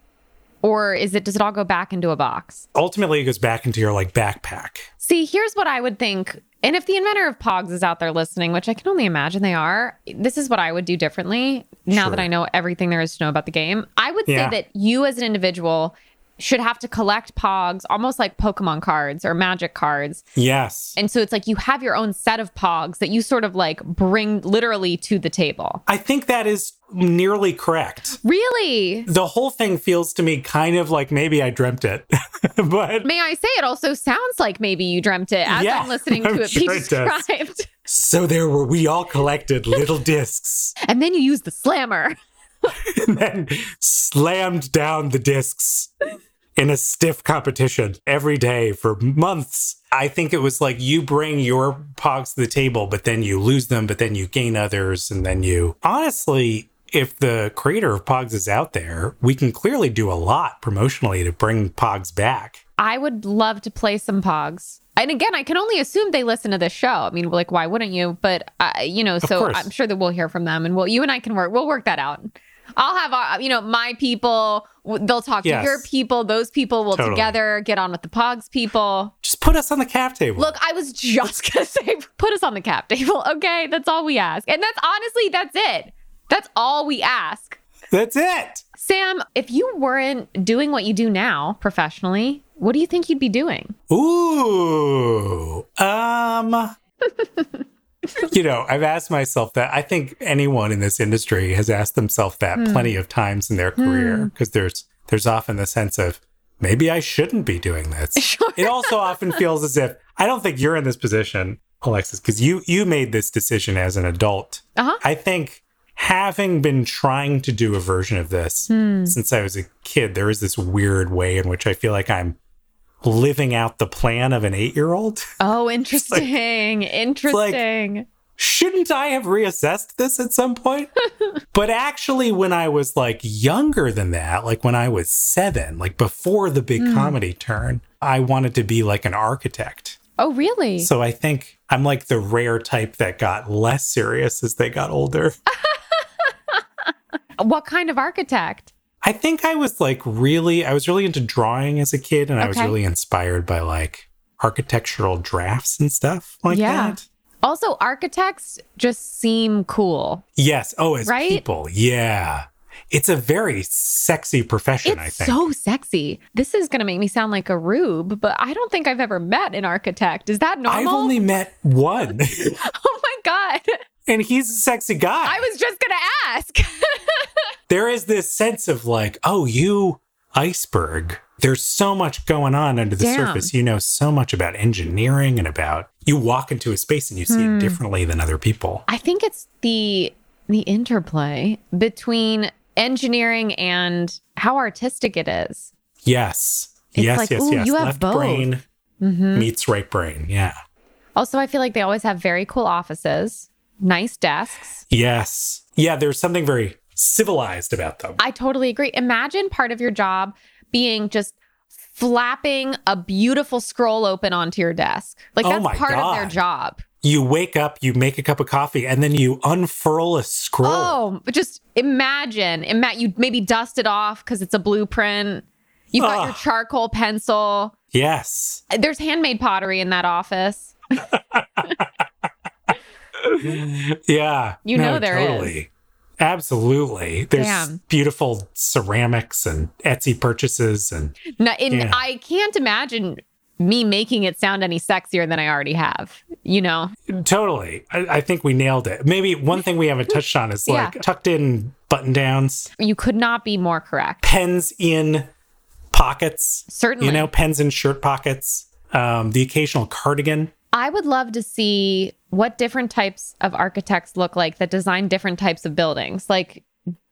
Speaker 1: Or is it does it all go back into a box?
Speaker 2: Ultimately, it goes back into your like backpack.
Speaker 1: See, here's what I would think. And if the inventor of Pogs is out there listening, which I can only imagine they are, this is what I would do differently now
Speaker 2: Sure.
Speaker 1: that I know everything there is to know about the game. I would
Speaker 2: Yeah.
Speaker 1: say that you as an individual should have to collect Pogs almost like Pokemon cards or magic cards.
Speaker 2: Yes.
Speaker 1: And so it's like you have your own set of Pogs that you sort of like bring literally to the table.
Speaker 2: I think that is nearly correct.
Speaker 1: Really?
Speaker 2: the whole thing feels to me kind of like maybe I dreamt it, [LAUGHS] but
Speaker 1: May I say it also sounds like maybe you dreamt it as
Speaker 2: Yeah, [LAUGHS]
Speaker 1: I'm listening
Speaker 2: I'm
Speaker 1: to it be
Speaker 2: sure
Speaker 1: [LAUGHS]
Speaker 2: it does.
Speaker 1: described.
Speaker 2: so there were we all collected little discs
Speaker 1: and then you use the slammer.
Speaker 2: and then slammed down the discs in a stiff competition every day for months. I think it was like you bring your pogs to the table, but then you lose them, but then you gain others, and then you honestly. If the creator of Pogs is out there, we can clearly do a lot promotionally to bring Pogs back.
Speaker 1: I would love to play some Pogs. And again, I can only assume they listen to this show. I mean, like, why wouldn't you? But uh, you know, so
Speaker 2: course.
Speaker 1: I'm sure that we'll hear from them, and we'll you and I can work. We'll work that out. I'll have our, you know, my people. w- They'll talk
Speaker 2: Yes.
Speaker 1: to your people. Those people will
Speaker 2: Totally.
Speaker 1: together get on with the Pogs people.
Speaker 2: Just put us on the cap table.
Speaker 1: Look, I was just [LAUGHS] gonna say, put us on the cap table, okay? That's all we ask, and that's honestly, that's it. That's all we ask.
Speaker 2: That's it.
Speaker 1: Sam, if you weren't doing what you do now professionally, what do you think you'd be doing?
Speaker 2: Ooh. Um You know, I've asked myself that. I think anyone in this industry has asked themselves that plenty of times in their career because there's there's often the sense of maybe I shouldn't be doing this.
Speaker 1: Sure.
Speaker 2: It also often feels as if I don't think you're in this position, Alexis, because you you made this decision as an adult.
Speaker 1: Uh huh.
Speaker 2: I think having been trying to do a version of this since I was a kid, there is this weird way in which I feel like I'm living out the plan of an eight year old. [LAUGHS]
Speaker 1: Oh, interesting. interesting.
Speaker 2: Shouldn't I have reassessed this at some point?
Speaker 1: [LAUGHS]
Speaker 2: but actually, when I was like younger than that, like when I was seven, like before the big
Speaker 1: Hmm.
Speaker 2: comedy turn, I wanted to be like an architect.
Speaker 1: oh, really?
Speaker 2: So I think I'm like the rare type that got less serious as they got
Speaker 1: [LAUGHS]
Speaker 2: older.
Speaker 1: what kind of architect?
Speaker 2: I think I was like really, I was really into drawing as a kid, and I was
Speaker 1: Okay.
Speaker 2: really inspired by like architectural drafts and stuff like
Speaker 1: Yeah.
Speaker 2: that.
Speaker 1: Also, architects just seem cool.
Speaker 2: Yes. Oh, as
Speaker 1: Right?
Speaker 2: people, yeah, it's a very sexy profession. I
Speaker 1: It's
Speaker 2: think.
Speaker 1: so sexy. This is going to make me sound like a rube, but I don't think I've ever met an architect. Is that normal?
Speaker 2: I've only met one,
Speaker 1: [LAUGHS]
Speaker 2: [LAUGHS]
Speaker 1: oh my God.
Speaker 2: and he's a sexy guy.
Speaker 1: I was just going to ask. [LAUGHS]
Speaker 2: there is this sense of like, oh, you iceberg. There's so much going on under the
Speaker 1: Damn.
Speaker 2: surface. You know so much about engineering and about you walk into a space and you
Speaker 1: Hmm.
Speaker 2: see it differently than other people.
Speaker 1: I think it's the the interplay between engineering and how artistic it is.
Speaker 2: Yes.
Speaker 1: It's
Speaker 2: yes,
Speaker 1: like,
Speaker 2: yes,
Speaker 1: ooh,
Speaker 2: yes.
Speaker 1: you have
Speaker 2: Left
Speaker 1: both. Mm-hmm.
Speaker 2: brain meets right brain. Yeah.
Speaker 1: Also, I feel like they always have very cool offices, nice desks.
Speaker 2: Yes. Yeah, there's something very civilized about them.
Speaker 1: I totally agree. Imagine part of your job being just flapping a beautiful scroll open onto your desk. Like
Speaker 2: Oh
Speaker 1: that's
Speaker 2: my
Speaker 1: part of their
Speaker 2: God.
Speaker 1: job.
Speaker 2: you wake up, you make a cup of coffee, and then you unfurl a scroll.
Speaker 1: Oh, but just imagine. Ima- you maybe dust it off because it's a blueprint. You've got your
Speaker 2: Ugh.
Speaker 1: charcoal pencil.
Speaker 2: Yes.
Speaker 1: There's handmade pottery in that office.
Speaker 2: Yeah.
Speaker 1: You know there is.
Speaker 2: Absolutely. There's
Speaker 1: Damn.
Speaker 2: beautiful ceramics and Etsy purchases and
Speaker 1: No, and
Speaker 2: Yeah.
Speaker 1: I can't imagine me making it sound any sexier than I already have. You know?
Speaker 2: totally. I, I think we nailed it. Maybe one thing we haven't touched on is
Speaker 1: [LAUGHS] Yeah.
Speaker 2: like tucked in button downs,
Speaker 1: You could not be more correct.
Speaker 2: pens in pockets.
Speaker 1: Certainly.
Speaker 2: you know, pens in shirt pockets, um, the occasional cardigan.
Speaker 1: I would love to see what different types of architects look like that design different types of buildings. Like,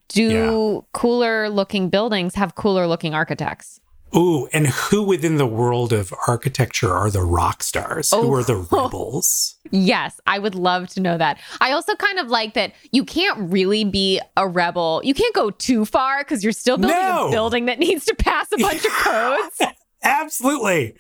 Speaker 1: do cooler looking buildings have cooler looking architects?
Speaker 2: Ooh, and who within the world of architecture are the rock stars? Who
Speaker 1: Oh. [LAUGHS]
Speaker 2: are the rebels?
Speaker 1: Yes, I would love to know that. I also kind of like that you can't really be a rebel. You can't go too far because you're still building
Speaker 2: No.
Speaker 1: a building that needs to pass a
Speaker 2: [LAUGHS]
Speaker 1: bunch of codes.
Speaker 2: Absolutely.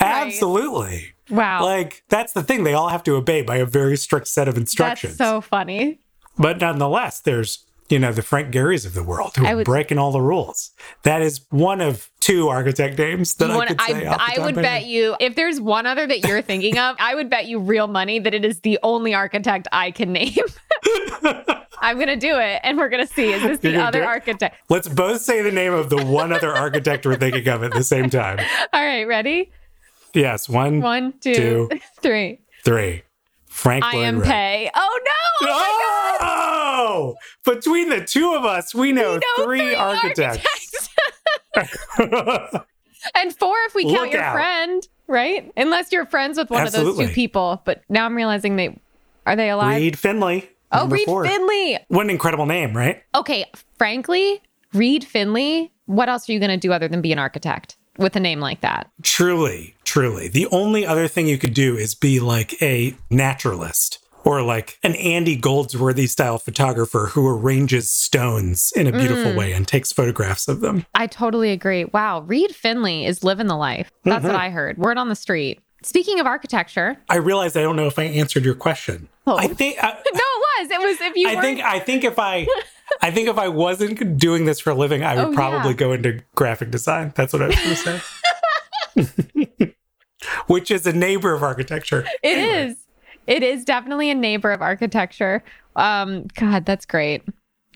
Speaker 2: Absolutely.
Speaker 1: Wow.
Speaker 2: Like, that's the thing. They all have to obey by a very strict set of
Speaker 1: That's
Speaker 2: instructions.
Speaker 1: so funny.
Speaker 2: but nonetheless, there's, you know, the Frank Garys of the world who
Speaker 1: I
Speaker 2: are
Speaker 1: would-
Speaker 2: breaking all the rules. That is one of two architect names that
Speaker 1: You
Speaker 2: I
Speaker 1: wanna-
Speaker 2: could say. off the
Speaker 1: I, I
Speaker 2: top
Speaker 1: would
Speaker 2: of my
Speaker 1: bet
Speaker 2: head.
Speaker 1: you, if there's one other that you're thinking of, I would bet you real money that it is the only architect I can
Speaker 2: [LAUGHS]
Speaker 1: name. I'm going to do it and we're going to see. Is this the
Speaker 2: You're gonna do
Speaker 1: other
Speaker 2: it?
Speaker 1: architect?
Speaker 2: Let's both say the name of the one other architect we're thinking of at the same time.
Speaker 1: [LAUGHS] All right, ready?
Speaker 2: Yes, one, three.
Speaker 1: One, two,
Speaker 2: Two.
Speaker 1: [LAUGHS] three.
Speaker 2: Frank
Speaker 1: I
Speaker 2: Lloyd
Speaker 1: am
Speaker 2: Wright.
Speaker 1: pay. Oh no!
Speaker 2: Oh! Between the two of us, we know,
Speaker 1: No,
Speaker 2: three, architects.
Speaker 1: [LAUGHS] and four if we count
Speaker 2: Look
Speaker 1: your
Speaker 2: out.
Speaker 1: friend, right? Unless you're friends with one of those
Speaker 2: Absolutely.
Speaker 1: two people. But now I'm realizing they are they alive?
Speaker 2: Reed Finley.
Speaker 1: oh,
Speaker 2: number
Speaker 1: Reed
Speaker 2: four.
Speaker 1: Finley.
Speaker 2: What an incredible name, right?
Speaker 1: Okay, frankly, Reed Finley. What else are you going to do other than be an architect with a name like that?
Speaker 2: Truly, truly. The only other thing you could do is be like a naturalist or like an Andy Goldsworthy style photographer who arranges stones in a beautiful way and takes photographs of them.
Speaker 1: I totally agree. Wow, Reed Finley is living the life. That's
Speaker 2: Mm-hmm.
Speaker 1: what I heard. Word on the street. Speaking of architecture, [LAUGHS]
Speaker 2: I realized I don't know if I answered your question.
Speaker 1: Oh.
Speaker 2: I think I,
Speaker 1: no, it was. It was if you.
Speaker 2: I
Speaker 1: were,
Speaker 2: think I think if I I think if I wasn't doing this for a living, I would
Speaker 1: Oh, yeah.
Speaker 2: probably go into graphic design. That's what I was going to say.
Speaker 1: [LAUGHS]
Speaker 2: Which is a neighbor of architecture.
Speaker 1: It is. It is definitely a neighbor of architecture. Um, God, that's great.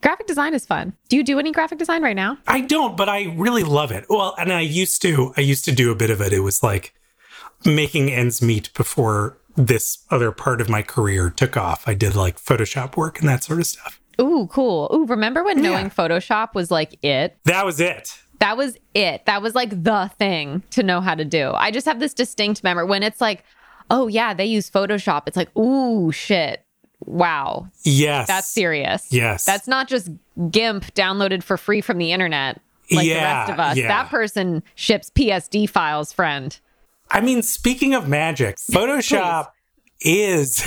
Speaker 1: Graphic design is fun. Do you do any graphic design right now?
Speaker 2: I don't, but I really love it. Well, and I used to I used to do a bit of it. It was like making ends meet before this other part of my career took off. I did like Photoshop work and that sort of stuff.
Speaker 1: Ooh, cool. Ooh, remember when knowing Photoshop was like it?
Speaker 2: That was it.
Speaker 1: That was it. That was like the thing to know how to do. I just have this distinct memory when it's like, oh yeah, they use Photoshop. It's like, ooh, shit. Wow.
Speaker 2: Yes.
Speaker 1: That's serious.
Speaker 2: Yes.
Speaker 1: That's not just GIMP downloaded for free from the internet like
Speaker 2: Yeah,
Speaker 1: the rest of us.
Speaker 2: yeah.
Speaker 1: That person ships PSD files, friend.
Speaker 2: I mean, speaking of
Speaker 1: [LAUGHS]
Speaker 2: magic, Photoshop is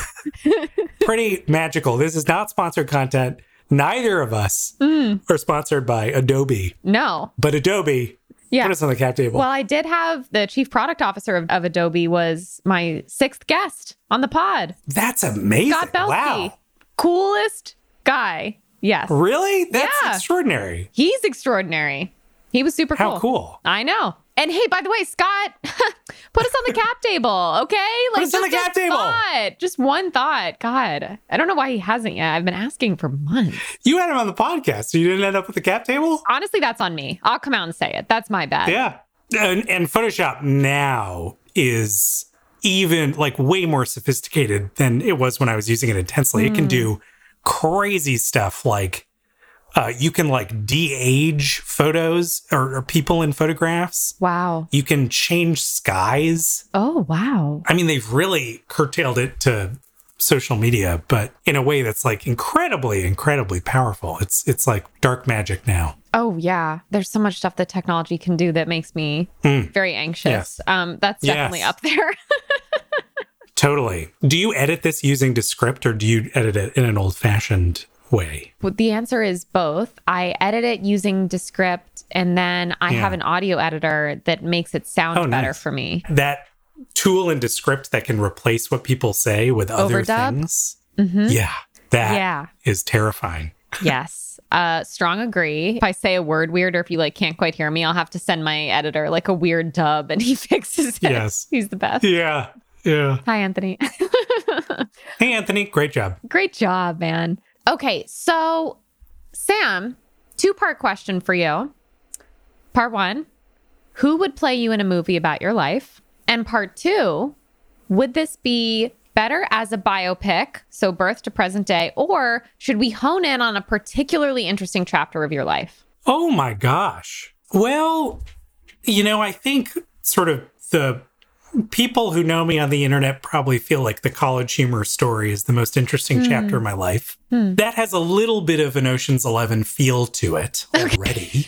Speaker 2: pretty magical. This is not sponsored content. Neither of us
Speaker 1: Mm.
Speaker 2: are sponsored by Adobe,
Speaker 1: No.
Speaker 2: but Adobe
Speaker 1: Yeah.
Speaker 2: put us on the cap table.
Speaker 1: Well, I did have the chief product officer of, of Adobe was my sixth guest on the pod,
Speaker 2: That's amazing.
Speaker 1: Scott Belsky.
Speaker 2: Wow.
Speaker 1: Coolest guy. Yes.
Speaker 2: Really? That's
Speaker 1: Yeah.
Speaker 2: extraordinary.
Speaker 1: He's extraordinary. He was super
Speaker 2: How
Speaker 1: cool.
Speaker 2: cool.
Speaker 1: I know. And hey, by the way, Scott, [LAUGHS] put us on the cap table, okay? Like
Speaker 2: us on the
Speaker 1: just a
Speaker 2: cap table.
Speaker 1: Thought, just one thought. God, I don't know why he hasn't yet. I've been asking for months.
Speaker 2: You had him on the podcast, so you didn't end up with the cap table?
Speaker 1: Honestly, that's on me. I'll come out and say it. That's my bad.
Speaker 2: Yeah. And, and Photoshop now is even like way more sophisticated than it was when I was using it intensely. It can do crazy stuff like uh, you can like de age photos or, or people in photographs.
Speaker 1: Wow.
Speaker 2: You can change skies.
Speaker 1: Oh, wow.
Speaker 2: I mean, they've really curtailed it to social media, but in a way that's like incredibly, incredibly powerful. It's it's like dark magic now.
Speaker 1: Oh yeah, there's so much stuff that technology can do that makes me very anxious.
Speaker 2: Hmm. Yes.
Speaker 1: Um, that's
Speaker 2: Yes.
Speaker 1: definitely up there.
Speaker 2: Totally. Do you edit this using Descript or do you edit it in an old fashioned way?
Speaker 1: Well, the answer is both. I edit it using Descript, and then I have an audio editor that makes it sound
Speaker 2: Oh,
Speaker 1: better
Speaker 2: nice.
Speaker 1: for me.
Speaker 2: That tool in Descript that can replace what people say with other
Speaker 1: Overdub?
Speaker 2: things? Yeah. that is
Speaker 1: Yeah.
Speaker 2: terrifying.
Speaker 1: yes. Uh, strong agree. If I say a word weird, or if you like can't quite hear me, I'll have to send my editor like a weird dub, and he [LAUGHS] fixes it.
Speaker 2: Yes.
Speaker 1: He's the best.
Speaker 2: Yeah. Yeah.
Speaker 1: Hi, Anthony.
Speaker 2: Hey, Anthony, great job.
Speaker 1: Great job, man. Okay, so Sam, two part question for you. Part one, who would play you in a movie about your life? And part two, would this be better as a biopic, so birth to present day, or should we hone in on a particularly interesting chapter of your life?
Speaker 2: Oh my gosh. Well, you know, I think sort of the people who know me on the internet probably feel like the college humor story is the most interesting chapter of my life. That has a little bit of an Ocean's 11 feel to it already.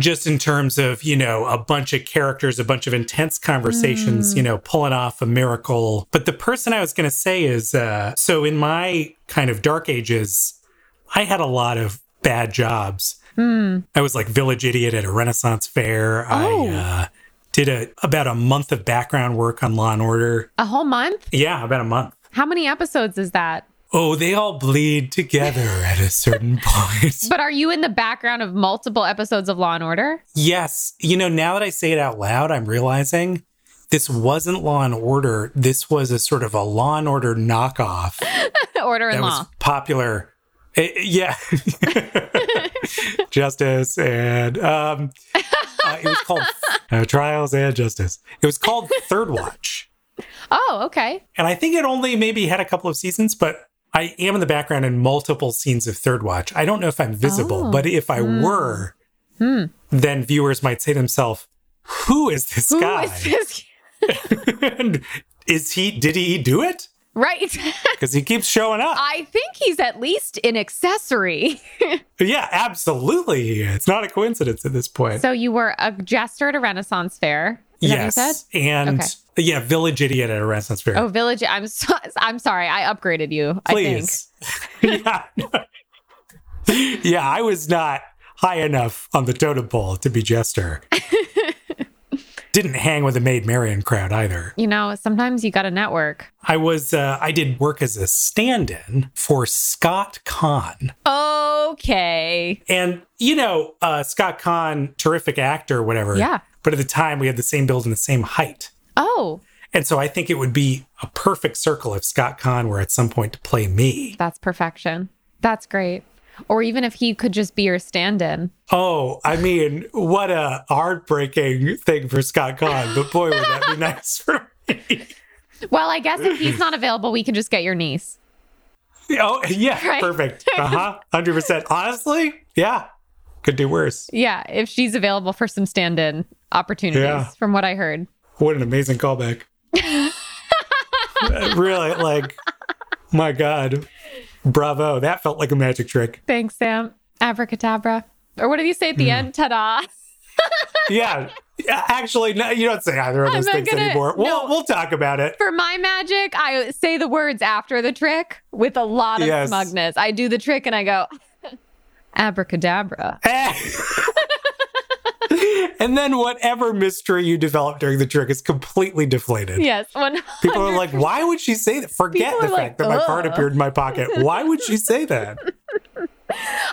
Speaker 2: Just in terms of, you know, a bunch of characters, a bunch of intense conversations, you know, pulling off a miracle. But the person I was going to say is uh, so in my kind of dark ages, I had a lot of bad jobs. I was like village idiot at a Renaissance fair.
Speaker 1: Oh.
Speaker 2: I uh, did a about a month of background work on Law and Order.
Speaker 1: A whole month?
Speaker 2: Yeah, about a month.
Speaker 1: How many episodes is that?
Speaker 2: Oh, they all bleed together at a certain [LAUGHS] point.
Speaker 1: But are you in the background of multiple episodes of Law and Order? [LAUGHS]
Speaker 2: yes, you know, now that I say it out loud, I'm realizing this wasn't Law and Order. This was a sort of a Law and Order knockoff
Speaker 1: Order
Speaker 2: that
Speaker 1: and Law.
Speaker 2: was popular. Eh, eh, yeah, justice and um, uh, it was called uh, Trials and Justice. It was called Third Watch.
Speaker 1: Oh, okay.
Speaker 2: And I think it only maybe had a couple of seasons, but I am in the background in multiple scenes of Third Watch. I don't know if I'm visible,
Speaker 1: Oh. Hmm.
Speaker 2: but if I were, then viewers might say to themselves, who is this
Speaker 1: Who
Speaker 2: guy? [LAUGHS]
Speaker 1: is this? [LAUGHS]
Speaker 2: and is he, did he
Speaker 1: [LAUGHS]
Speaker 2: do it?
Speaker 1: Right.
Speaker 2: Because he keeps showing up.
Speaker 1: I think he's at least an accessory. [LAUGHS]
Speaker 2: yeah, absolutely. he is. It's not a coincidence at this point.
Speaker 1: So you were a jester at a Renaissance fair. Is that what you
Speaker 2: yes.
Speaker 1: said?
Speaker 2: And
Speaker 1: Okay.
Speaker 2: yeah, Village Idiot at a Renaissance Fair.
Speaker 1: Oh, village. I'm so, I'm sorry. I upgraded you.
Speaker 2: please. [LAUGHS] yeah. yeah, I was not high enough on the totem pole to
Speaker 1: [LAUGHS]
Speaker 2: be jester. Didn't hang with the Maid Marian crowd either.
Speaker 1: I think. You know, sometimes you got to network.
Speaker 2: I was uh, I did work as a stand-in for Scott Kahn.
Speaker 1: Okay.
Speaker 2: And you know, uh, Scott Kahn, terrific actor, whatever.
Speaker 1: Yeah.
Speaker 2: But at the time we had the same build and the same height.
Speaker 1: Oh,
Speaker 2: And so I think it would be a perfect circle if Scott Kahn were at some point to play me.
Speaker 1: that's perfection. That's great. Or even if he could just be your stand in.
Speaker 2: Oh, I mean, what a heartbreaking thing for Scott Kahn, but boy, would that
Speaker 1: [LAUGHS]
Speaker 2: be nice for me.
Speaker 1: Well, I guess if he's not available, we can just get your niece.
Speaker 2: Oh, yeah,
Speaker 1: Right.
Speaker 2: perfect. Uh huh. 100%. Honestly, yeah, could do worse.
Speaker 1: Yeah, if she's available for some stand in opportunities,
Speaker 2: Yeah.
Speaker 1: from what I heard.
Speaker 2: What an
Speaker 1: [LAUGHS]
Speaker 2: amazing callback. Uh, really, like, my God, bravo. That felt like a magic trick.
Speaker 1: Thanks, Sam. Abracadabra. Or what did you say
Speaker 2: Hmm.
Speaker 1: at the end? Ta da.
Speaker 2: Yeah. Yeah, Actually, no, you don't say either of
Speaker 1: I'm
Speaker 2: those
Speaker 1: not
Speaker 2: things
Speaker 1: gonna-
Speaker 2: anymore.
Speaker 1: no.
Speaker 2: We'll, we'll talk about it.
Speaker 1: For my magic, I say the words after the trick with a lot of
Speaker 2: Yes.
Speaker 1: smugness. I do the trick and I go, [LAUGHS] abracadabra.
Speaker 2: and [LAUGHS] then whatever mystery you develop during the trick is completely deflated.
Speaker 1: Yes. One-
Speaker 2: People are like, why would she say that? Forget
Speaker 1: People
Speaker 2: the
Speaker 1: are
Speaker 2: fact
Speaker 1: like,
Speaker 2: that my card
Speaker 1: "Ugh."
Speaker 2: appeared in my pocket. Why would she say
Speaker 1: [LAUGHS]
Speaker 2: that?
Speaker 1: [LAUGHS]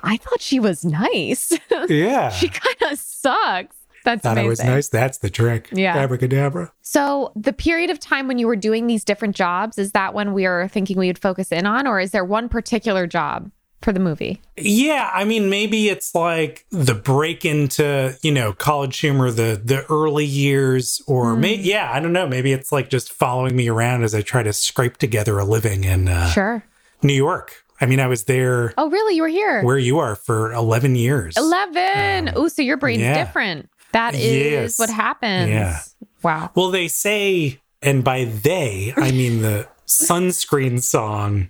Speaker 1: I thought she was nice. [LAUGHS]
Speaker 2: Yeah.
Speaker 1: she kind of sucks. That's
Speaker 2: Thought
Speaker 1: amazing.
Speaker 2: I was nice. That's the trick.
Speaker 1: Yeah.
Speaker 2: Abracadabra.
Speaker 1: So, the period of time when you were doing these different jobs, is that when we are thinking we would focus in on, or is there one particular job for the movie?
Speaker 2: Yeah, I mean, maybe it's like the break into you know college humor, the the early years, or
Speaker 1: Hmm.
Speaker 2: may yeah, I don't know. Maybe it's like just following me around as I try to scrape together a living in uh,
Speaker 1: Sure.
Speaker 2: New York. I mean, I was there
Speaker 1: Oh, really? You were here?
Speaker 2: where you are for 11 years.
Speaker 1: 11. oh, so your brain's
Speaker 2: Um, yeah.
Speaker 1: different. That is
Speaker 2: Yes.
Speaker 1: what happens.
Speaker 2: Yeah.
Speaker 1: Wow.
Speaker 2: Well, they say, and by they, I mean the sunscreen song.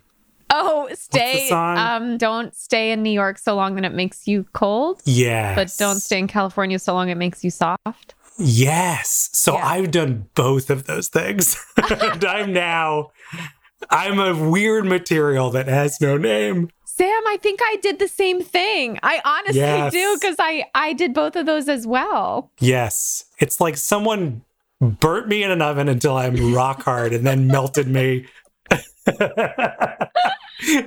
Speaker 1: Oh, stay.
Speaker 2: song?
Speaker 1: Um, don't stay in New York so long that it makes you cold,
Speaker 2: Yes.
Speaker 1: but don't stay in California so long it makes you soft.
Speaker 2: Yes. So
Speaker 1: Yeah.
Speaker 2: I've done both of those things. [LAUGHS] and I'm now, I'm a weird material that has no name.
Speaker 1: Sam, I think I did the same thing. I honestly
Speaker 2: Yes.
Speaker 1: do because I I did both of those as well.
Speaker 2: Yes. It's like someone burnt me in an oven until I'm rock hard and then melted me. [LAUGHS]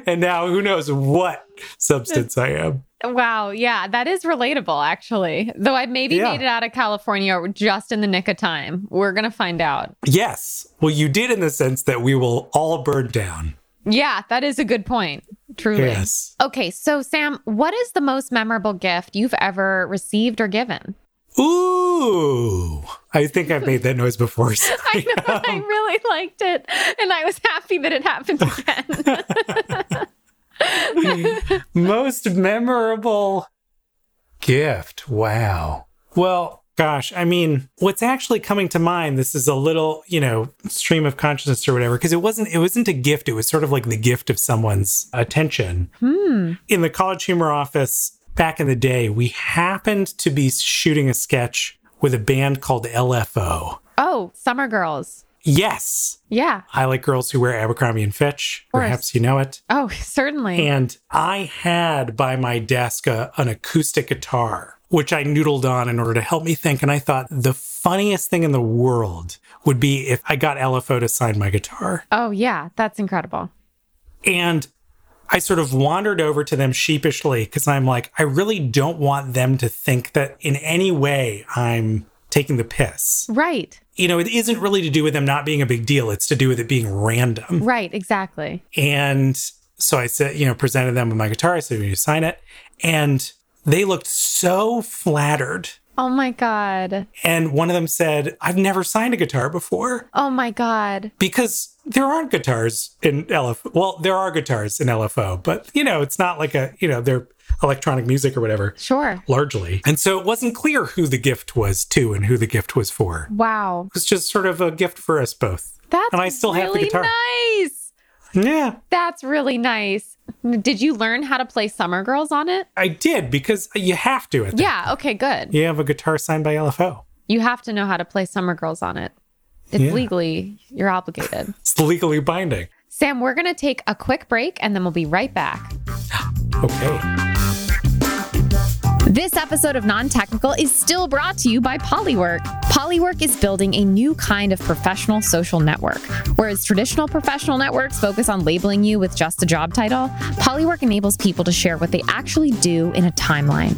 Speaker 2: and now who knows what substance I am.
Speaker 1: Wow, yeah, that is relatable actually. Though I maybe
Speaker 2: Yeah.
Speaker 1: made it out of California just in the nick of time. We're gonna find out.
Speaker 2: Yes. Well, you did in the sense that we will all burn down.
Speaker 1: Yeah, that is a good point. Truly.
Speaker 2: Yes.
Speaker 1: Okay, so Sam, what is the most memorable gift you've ever received or given?
Speaker 2: Ooh. I think I've made that noise before. [LAUGHS]
Speaker 1: [LAUGHS] I know, I really liked it, and I was happy that it happened
Speaker 2: [LAUGHS]
Speaker 1: again.
Speaker 2: Most memorable gift. Wow. Well, Gosh, I mean, what's actually coming to mind, this is a little, you know, stream of consciousness or whatever, because it wasn't it wasn't a gift. It was sort of like the gift of someone's attention.
Speaker 1: Hmm.
Speaker 2: In the college humor office back in the day, we happened to be shooting a sketch with a band called LFO.
Speaker 1: Oh, Summer Girls.
Speaker 2: Yes.
Speaker 1: Yeah.
Speaker 2: I like girls who wear Abercrombie and Fitch.
Speaker 1: course.
Speaker 2: Perhaps you know it.
Speaker 1: Oh, certainly.
Speaker 2: And I had by my desk a, an acoustic guitar, which I noodled on in order to help me think. And I thought the funniest thing in the world would be if I got LFO to sign my guitar.
Speaker 1: oh, yeah. That's incredible.
Speaker 2: And I sort of wandered over to them sheepishly because I'm like, I really don't want them to think that in any way I'm taking the piss.
Speaker 1: Right.
Speaker 2: You know, it isn't really to do with them not being a big deal, it's to do with it being random.
Speaker 1: Right. Exactly.
Speaker 2: And so I said, you know, presented them with my guitar. I said, "Will you sign it?" And they looked so flattered.
Speaker 1: Oh my God.
Speaker 2: And one of them said, "I've never signed a guitar before
Speaker 1: Oh my God.
Speaker 2: because there aren't guitars in LFO. Well, there are guitars in LFO, but you know, it's not like a you know they're electronic music or whatever."
Speaker 1: Sure.
Speaker 2: Largely. And so it wasn't clear who the gift was to and who the gift was for.
Speaker 1: Wow.
Speaker 2: It was just sort of a gift for us both.
Speaker 1: That's
Speaker 2: And I still
Speaker 1: really
Speaker 2: have the guitar.
Speaker 1: nice.
Speaker 2: Yeah.
Speaker 1: That's really nice. Did you learn how to play Summer Girls on it?
Speaker 2: I did because you have to at that
Speaker 1: Yeah. Okay. Good.
Speaker 2: You have a guitar signed by LFO.
Speaker 1: You have to know how to play Summer Girls on it. It's
Speaker 2: Yeah.
Speaker 1: legally, you're obligated.
Speaker 2: It's legally binding.
Speaker 1: Sam, we're going to take a quick break and then we'll be right back.
Speaker 2: Okay.
Speaker 1: This episode of Non Technical is still brought to you by Polywork. Polywork is building a new kind of professional social network. Whereas traditional professional networks focus on labeling you with just a job title, Polywork enables people to share what they actually do in a timeline.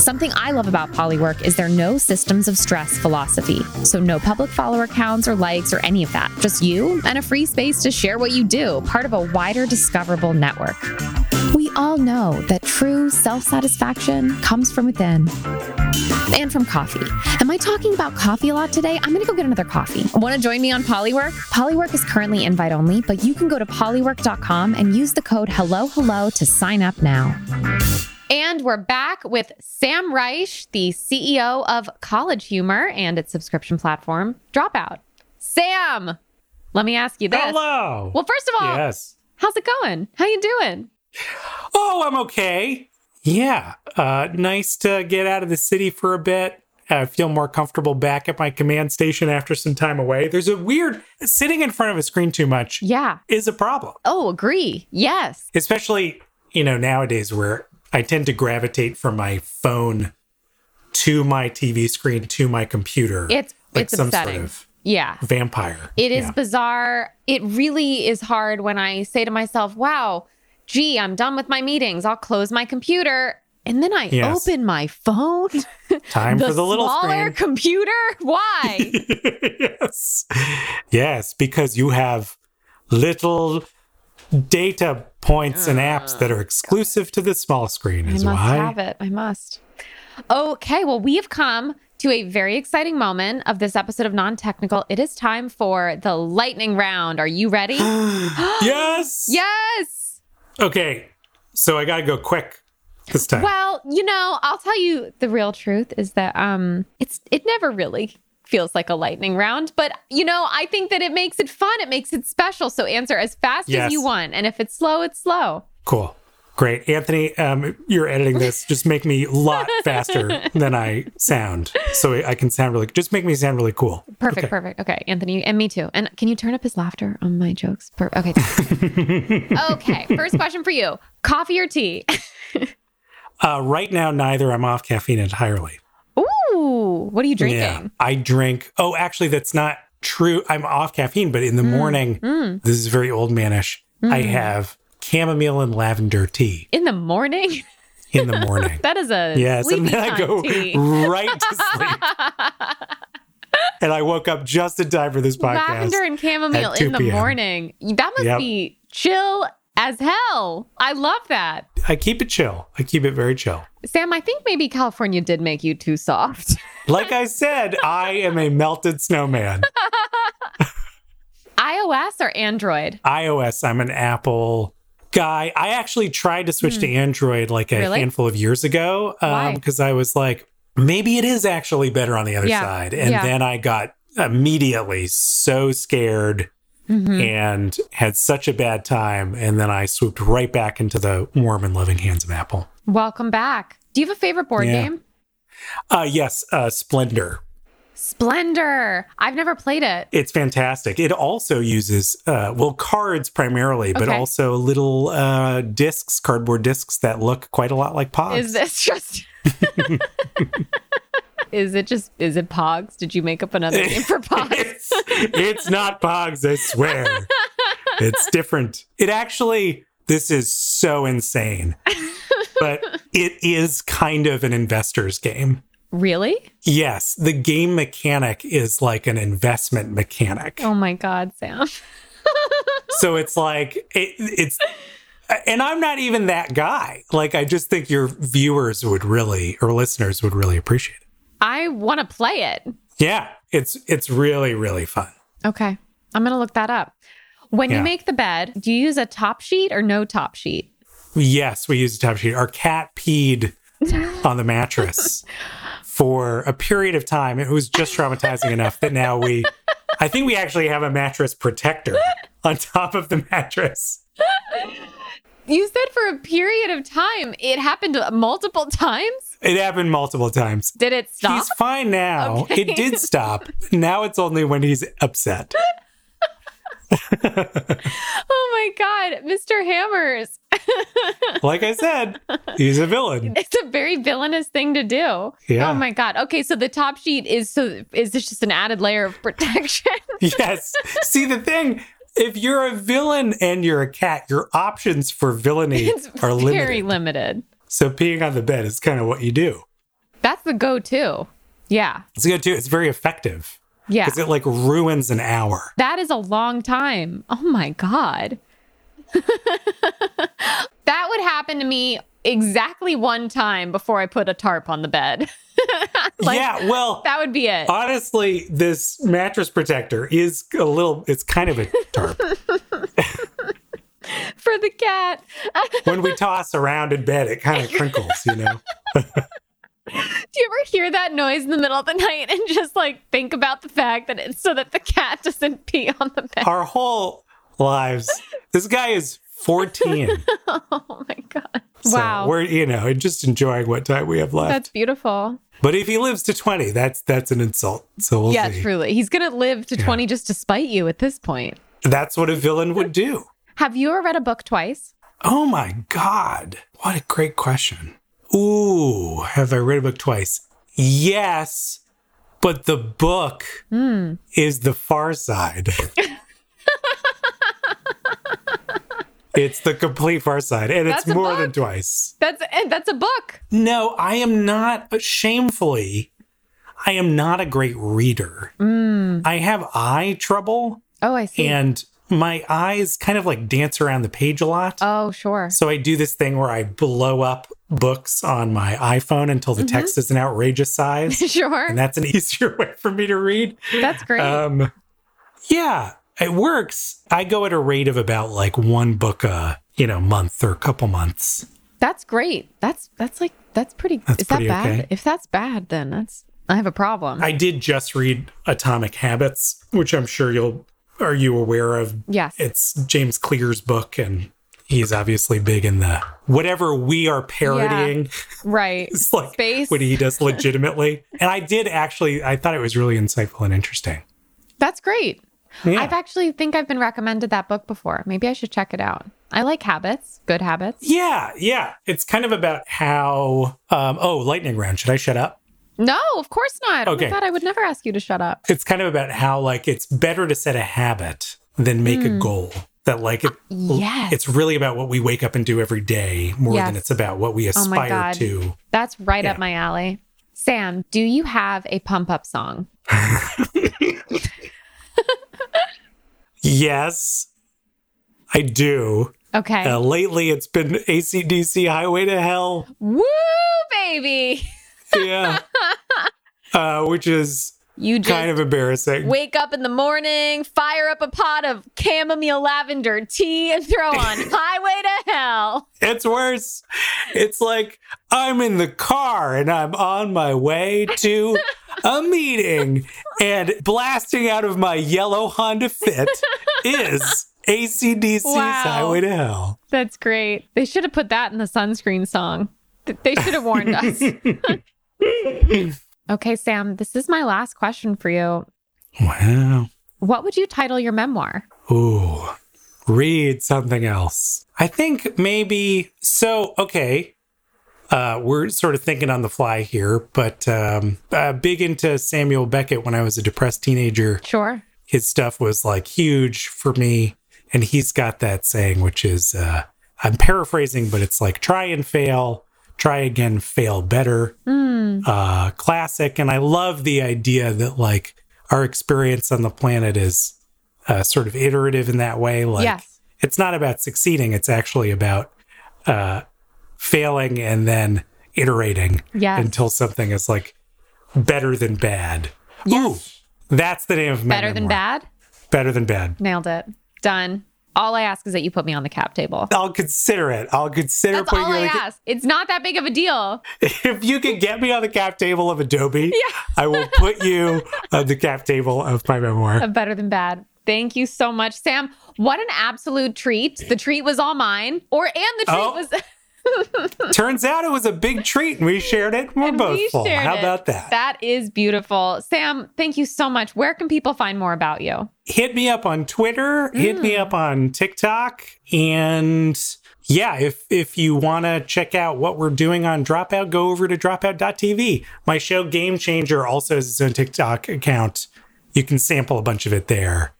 Speaker 1: Something I love about Polywork is their no systems of stress philosophy. So, no public follower counts or likes or any of that. Just you and a free space to share what you do, part of a wider discoverable network. We all know that true self satisfaction comes from within and from coffee. Am I talking about coffee a lot today? I'm going to go get another coffee. Want to join me on Polywork? Polywork is currently invite only, but you can go to polywork.com and use the code hello hello to sign up now. And we're back with Sam Reich, the CEO of College Humor and its subscription platform, Dropout. Sam, let me ask you this.
Speaker 2: Hello.
Speaker 1: Well, first of all,
Speaker 2: yes.
Speaker 1: how's it going? How you doing?
Speaker 2: Oh, I'm okay. Yeah. Uh, nice to get out of the city for a bit. Uh, I feel more comfortable back at my command station after some time away. There's a weird sitting in front of a screen too much
Speaker 1: Yeah.
Speaker 2: is a problem,
Speaker 1: Oh, agree. Yes.
Speaker 2: especially, you know, nowadays where I tend to gravitate from my phone to my TV screen to my computer.
Speaker 1: It's
Speaker 2: like
Speaker 1: it's
Speaker 2: some
Speaker 1: upsetting.
Speaker 2: sort of
Speaker 1: yeah.
Speaker 2: vampire.
Speaker 1: It is
Speaker 2: Yeah.
Speaker 1: bizarre. It really is hard when I say to myself, wow, gee, I'm done with my meetings. I'll close my computer. And then I
Speaker 2: Yes.
Speaker 1: open my
Speaker 2: [LAUGHS]
Speaker 1: phone.
Speaker 2: time for the little
Speaker 1: smaller
Speaker 2: screen.
Speaker 1: computer. [LAUGHS]
Speaker 2: [LAUGHS]
Speaker 1: Why?
Speaker 2: yes. Yes, because you have little data points and apps that are exclusive to the small screen
Speaker 1: I
Speaker 2: is
Speaker 1: Ah, must
Speaker 2: why.
Speaker 1: have it. I must. Okay, well, we have come to a very exciting moment of this episode of Non Technical. It is time for the lightning round. Are you
Speaker 2: [GASPS]
Speaker 1: ready?
Speaker 2: Yes.
Speaker 1: yes.
Speaker 2: Okay. So I got to go quick this time.
Speaker 1: Well, you know, I'll tell you the real truth is that um it's it never really feels like a lightning round, but you know, I think that it makes it fun, it makes it special. So answer as fast as
Speaker 2: Yes.
Speaker 1: you want, and if it's slow, it's slow.
Speaker 2: Cool. Great. Anthony, um, you're
Speaker 1: [LAUGHS]
Speaker 2: editing this. Just make me a lot faster than I sound. So I can sound really, just make me sound really cool.
Speaker 1: Perfect,
Speaker 2: Okay.
Speaker 1: perfect. Okay, Anthony, and me too. And can you turn up his laughter on my jokes? Per-
Speaker 2: [LAUGHS]
Speaker 1: okay. thanks. okay. First question for you: coffee or tea?
Speaker 2: Uh, right now, neither. I'm off caffeine entirely.
Speaker 1: Ooh, what are you drinking?
Speaker 2: I drink. Oh, actually, that's not true. I'm off caffeine, but in
Speaker 1: Mm,
Speaker 2: the morning, this is very old manish. I have chamomile and lavender tea
Speaker 1: In the morning? [LAUGHS]
Speaker 2: in the morning.
Speaker 1: That is a
Speaker 2: yes,
Speaker 1: sleepy
Speaker 2: and then I
Speaker 1: time
Speaker 2: go
Speaker 1: tea.
Speaker 2: [LAUGHS] right to sleep.
Speaker 1: [LAUGHS]
Speaker 2: and I woke up just in time for this podcast.
Speaker 1: Lavender and chamomile
Speaker 2: at
Speaker 1: in the
Speaker 2: 2 p.m..
Speaker 1: morning. That must
Speaker 2: Yep.
Speaker 1: be chill as hell. I love that.
Speaker 2: I keep it chill. I keep it very chill.
Speaker 1: Sam, I think maybe California did make you too soft. [LAUGHS]
Speaker 2: Like I said, I am a melted snowman.
Speaker 1: iOS or Android?
Speaker 2: iOS, I'm an Apple guy. I actually tried to switch to Android like a
Speaker 1: Hmm. Really?
Speaker 2: handful of years ago
Speaker 1: Why?
Speaker 2: because I was like, maybe it is actually better on the other
Speaker 1: Yeah.
Speaker 2: side. And
Speaker 1: Yeah.
Speaker 2: then I got immediately so scared Mm-hmm.
Speaker 1: Mhm.
Speaker 2: and had such a bad time. And then I swooped right back into the warm and loving hands of Apple.
Speaker 1: Welcome back. Do you have a favorite board
Speaker 2: Yeah.
Speaker 1: game?
Speaker 2: Uh, yes, uh, Splendor.
Speaker 1: Splendor. I've never played it.
Speaker 2: It's fantastic. It also uses, uh, well, cards primarily, but
Speaker 1: Okay.
Speaker 2: also little uh, discs, cardboard discs that look quite a lot like pods.
Speaker 1: Is this just? [LAUGHS] is it just? Is it Pogs? Did you make up another name
Speaker 2: [LAUGHS]
Speaker 1: for Pogs?
Speaker 2: it's, it's not Pogs, I
Speaker 1: [LAUGHS]
Speaker 2: swear. It's different. It actually, this is so insane, but it is kind of an investor's game.
Speaker 1: really?
Speaker 2: Yes, the game mechanic is like an investment mechanic.
Speaker 1: Oh my God, Sam.
Speaker 2: So it's like, it, it's, and I'm not even that guy. Like, I just think your viewers would really, or listeners would really appreciate it.
Speaker 1: I want to play it.
Speaker 2: Yeah, it's, it's really, really fun.
Speaker 1: Okay. I'm going to look that up. When you
Speaker 2: Yeah.
Speaker 1: make the bed, do you use a top sheet or no top sheet?
Speaker 2: Yes, we used a top sheet. Our cat
Speaker 1: [LAUGHS]
Speaker 2: peed on the mattress for a period of time. It was just traumatizing enough that now we, I think we actually have a mattress protector on top of the mattress.
Speaker 1: You said for a period of time. It happened multiple times.
Speaker 2: It happened multiple times.
Speaker 1: Did it stop?
Speaker 2: He's fine now.
Speaker 1: Okay.
Speaker 2: It did stop. Now it's only when he's upset.
Speaker 1: [LAUGHS] Oh my God, Mr. Hammers.
Speaker 2: Like I said, he's a villain.
Speaker 1: It's a very villainous thing to do.
Speaker 2: Yeah.
Speaker 1: Oh my God. Okay. So the top sheet is so, is this just an added layer of [LAUGHS] protection?
Speaker 2: Yes. See, the thing, if you're a villain and you're a cat, your options for villainy
Speaker 1: it's
Speaker 2: are
Speaker 1: very
Speaker 2: limited.
Speaker 1: limited.
Speaker 2: So peeing on the bed is kind of what you do.
Speaker 1: That's the go to. Yeah.
Speaker 2: It's good too. It's very effective
Speaker 1: Yeah.
Speaker 2: because it like ruins an hour.
Speaker 1: That is a long time. Oh my God. [LAUGHS] that would happen to me exactly one time before I put a tarp on the bed. [LAUGHS] Like,
Speaker 2: yeah. Well,
Speaker 1: That would be
Speaker 2: Uh,
Speaker 1: it.
Speaker 2: honestly, this mattress protector is a little. It's kind of a
Speaker 1: [LAUGHS]
Speaker 2: tarp.
Speaker 1: For the cat. [LAUGHS]
Speaker 2: when we toss around in bed, it kind of crinkles.
Speaker 1: [LAUGHS]
Speaker 2: You know.
Speaker 1: Do you ever hear that noise in the middle of the night and just like think about the fact that it's so that the cat [LAUGHS] doesn't pee on the bed?
Speaker 2: Our whole lives. This guy is 14.
Speaker 1: Oh my God.
Speaker 2: So
Speaker 1: wow.
Speaker 2: We're you know just enjoying what time we have left.
Speaker 1: That's beautiful.
Speaker 2: but if he lives to 20, that's that's an insult. So we'll
Speaker 1: yeah,
Speaker 2: see.
Speaker 1: truly. He's going to live to 20 just to spite you at this point.
Speaker 2: That's what a villain would do.
Speaker 1: Have you ever read a book twice?
Speaker 2: Oh my God. What a great question. Ooh, have I read a book twice? Yes, but the book
Speaker 1: Hmm.
Speaker 2: is The
Speaker 1: [LAUGHS]
Speaker 2: Far Side. it's the complete Far Side, and
Speaker 1: That's a
Speaker 2: it's more than
Speaker 1: book.
Speaker 2: twice.
Speaker 1: That's and that's a book.
Speaker 2: No, I am not, uh, shamefully, I am not a great reader.
Speaker 1: Hmm.
Speaker 2: I have eye trouble,
Speaker 1: Oh, I see.
Speaker 2: and my eyes kind of like dance around the page a lot.
Speaker 1: Oh, sure.
Speaker 2: So I do this thing where I blow up books on my iPhone until the text is an outrageous size.
Speaker 1: [LAUGHS] sure.
Speaker 2: and that's an [LAUGHS] easier way for me to read.
Speaker 1: That's great.
Speaker 2: Um, yeah, it works. I go at a rate of about like one book a you know month or a couple months.
Speaker 1: that's great. That's that's like that's pretty
Speaker 2: That's
Speaker 1: is that
Speaker 2: pretty
Speaker 1: bad?
Speaker 2: okay.
Speaker 1: If that's bad, then that's I have a problem.
Speaker 2: I did just read Atomic Habits, which I'm sure you'll are you aware of.
Speaker 1: yes.
Speaker 2: It's James Clear's book, and he's obviously big in the whatever we are parodying.
Speaker 1: right.
Speaker 2: It's [LAUGHS] like
Speaker 1: Space.
Speaker 2: what he does legitimately. and I did actually, I thought it was really insightful and interesting.
Speaker 1: That's great.
Speaker 2: Yeah.
Speaker 1: I've actually think I've been recommended that book before. Maybe I should check it out. I like habits, good habits.
Speaker 2: yeah, yeah. It's kind of about how, um, oh, lightning round. Should I shut up?
Speaker 1: No, of course not. Oh
Speaker 2: Okay.
Speaker 1: my god, I would never ask you to shut up.
Speaker 2: It's kind of about how, like, it's better to set a habit than make a goal. That, like, it,
Speaker 1: Hmm. Yes.
Speaker 2: it's really about what we wake up and do every day more
Speaker 1: Yes. Oh
Speaker 2: than it's about what we
Speaker 1: my
Speaker 2: aspire
Speaker 1: God.
Speaker 2: to.
Speaker 1: That's right up
Speaker 2: Yeah.
Speaker 1: my alley. Sam, do you have a pump up song?
Speaker 2: Yes, I do.
Speaker 1: Okay.
Speaker 2: Uh, lately, it's been ACDC Highway to Hell.
Speaker 1: Woo, baby. [LAUGHS]
Speaker 2: yeah. Uh, which is
Speaker 1: You just
Speaker 2: kind of embarrassing.
Speaker 1: wake up in the morning, fire up a pot of chamomile lavender tea, and throw on [LAUGHS] Highway to Hell.
Speaker 2: It's worse. It's like I'm in the car and I'm on my way to a meeting, and blasting out of my yellow Honda Fit is ACDC's
Speaker 1: Wow.
Speaker 2: Highway to Hell.
Speaker 1: That's great. They should have put that in the sunscreen song. Th- They should have warned [LAUGHS] us. okay, Sam, this is my last question for you.
Speaker 2: Wow.
Speaker 1: What would you title your memoir?
Speaker 2: Ooh, read something else. I think maybe so. Okay. Uh, we're sort of thinking on the fly here, but um, uh, big into Samuel Beckett when I was a depressed teenager.
Speaker 1: Sure.
Speaker 2: His stuff was like huge for me. And he's got that saying, which is uh, I'm paraphrasing, but it's like try and fail, try again, fail better
Speaker 1: Hmm.
Speaker 2: uh, classic. And I love the idea that like our experience on the planet is uh, sort of iterative in that way. Like
Speaker 1: Yes.
Speaker 2: it's not about succeeding; it's actually about uh, failing and then iterating
Speaker 1: Yes.
Speaker 2: until something is like better than bad. Ooh, that's the name of my
Speaker 1: Better than
Speaker 2: memoir.
Speaker 1: bad?
Speaker 2: Better than bad.
Speaker 1: Nailed it. Done. All I ask is that you put me on the cap table.
Speaker 2: I'll consider it. I'll consider
Speaker 1: That's
Speaker 2: putting
Speaker 1: all I
Speaker 2: you on the-
Speaker 1: ask. It's not that big of a deal.
Speaker 2: [LAUGHS] if you can get me on the cap table
Speaker 1: [LAUGHS]
Speaker 2: of Adobe, I will put you on the cap table of my
Speaker 1: [LAUGHS]
Speaker 2: memoir.
Speaker 1: of Better Than Bad. Thank you so much, Sam. What an absolute treat. The treat was all mine, or and the treat
Speaker 2: Oh,
Speaker 1: was [LAUGHS]
Speaker 2: Turns out it was a big treat and we shared it. We're
Speaker 1: and
Speaker 2: both
Speaker 1: we
Speaker 2: full.
Speaker 1: shared
Speaker 2: How
Speaker 1: it.
Speaker 2: about that?
Speaker 1: That is beautiful. Sam, thank you so much. Where can people find more about you?
Speaker 2: Hit me up on Twitter, hit
Speaker 1: Mm.
Speaker 2: me up on TikTok, and yeah, if if you want to check out what we're doing on Dropout, go over to dropout.tv. My show Game Changer also has its own TikTok account. You can sample a bunch of it there.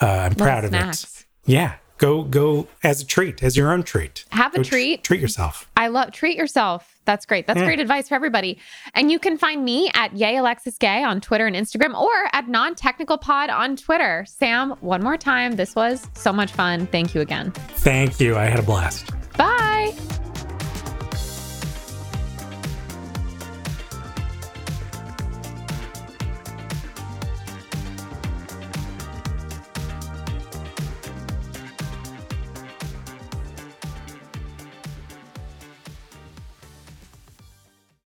Speaker 2: Uh, I'm proud of it.
Speaker 1: snacks.
Speaker 2: Yeah, go go as a treat, as your own treat.
Speaker 1: Have a
Speaker 2: Go tr-
Speaker 1: treat.
Speaker 2: treat yourself.
Speaker 1: I love treat yourself. That's great. That's great advice for everybody. And you can find me at Yay Alexis Gay on Twitter and Instagram or at Non Technical Pod on Twitter. Sam, one more time. This was so much fun. Thank you again.
Speaker 2: Thank you. I had a blast.
Speaker 1: Bye.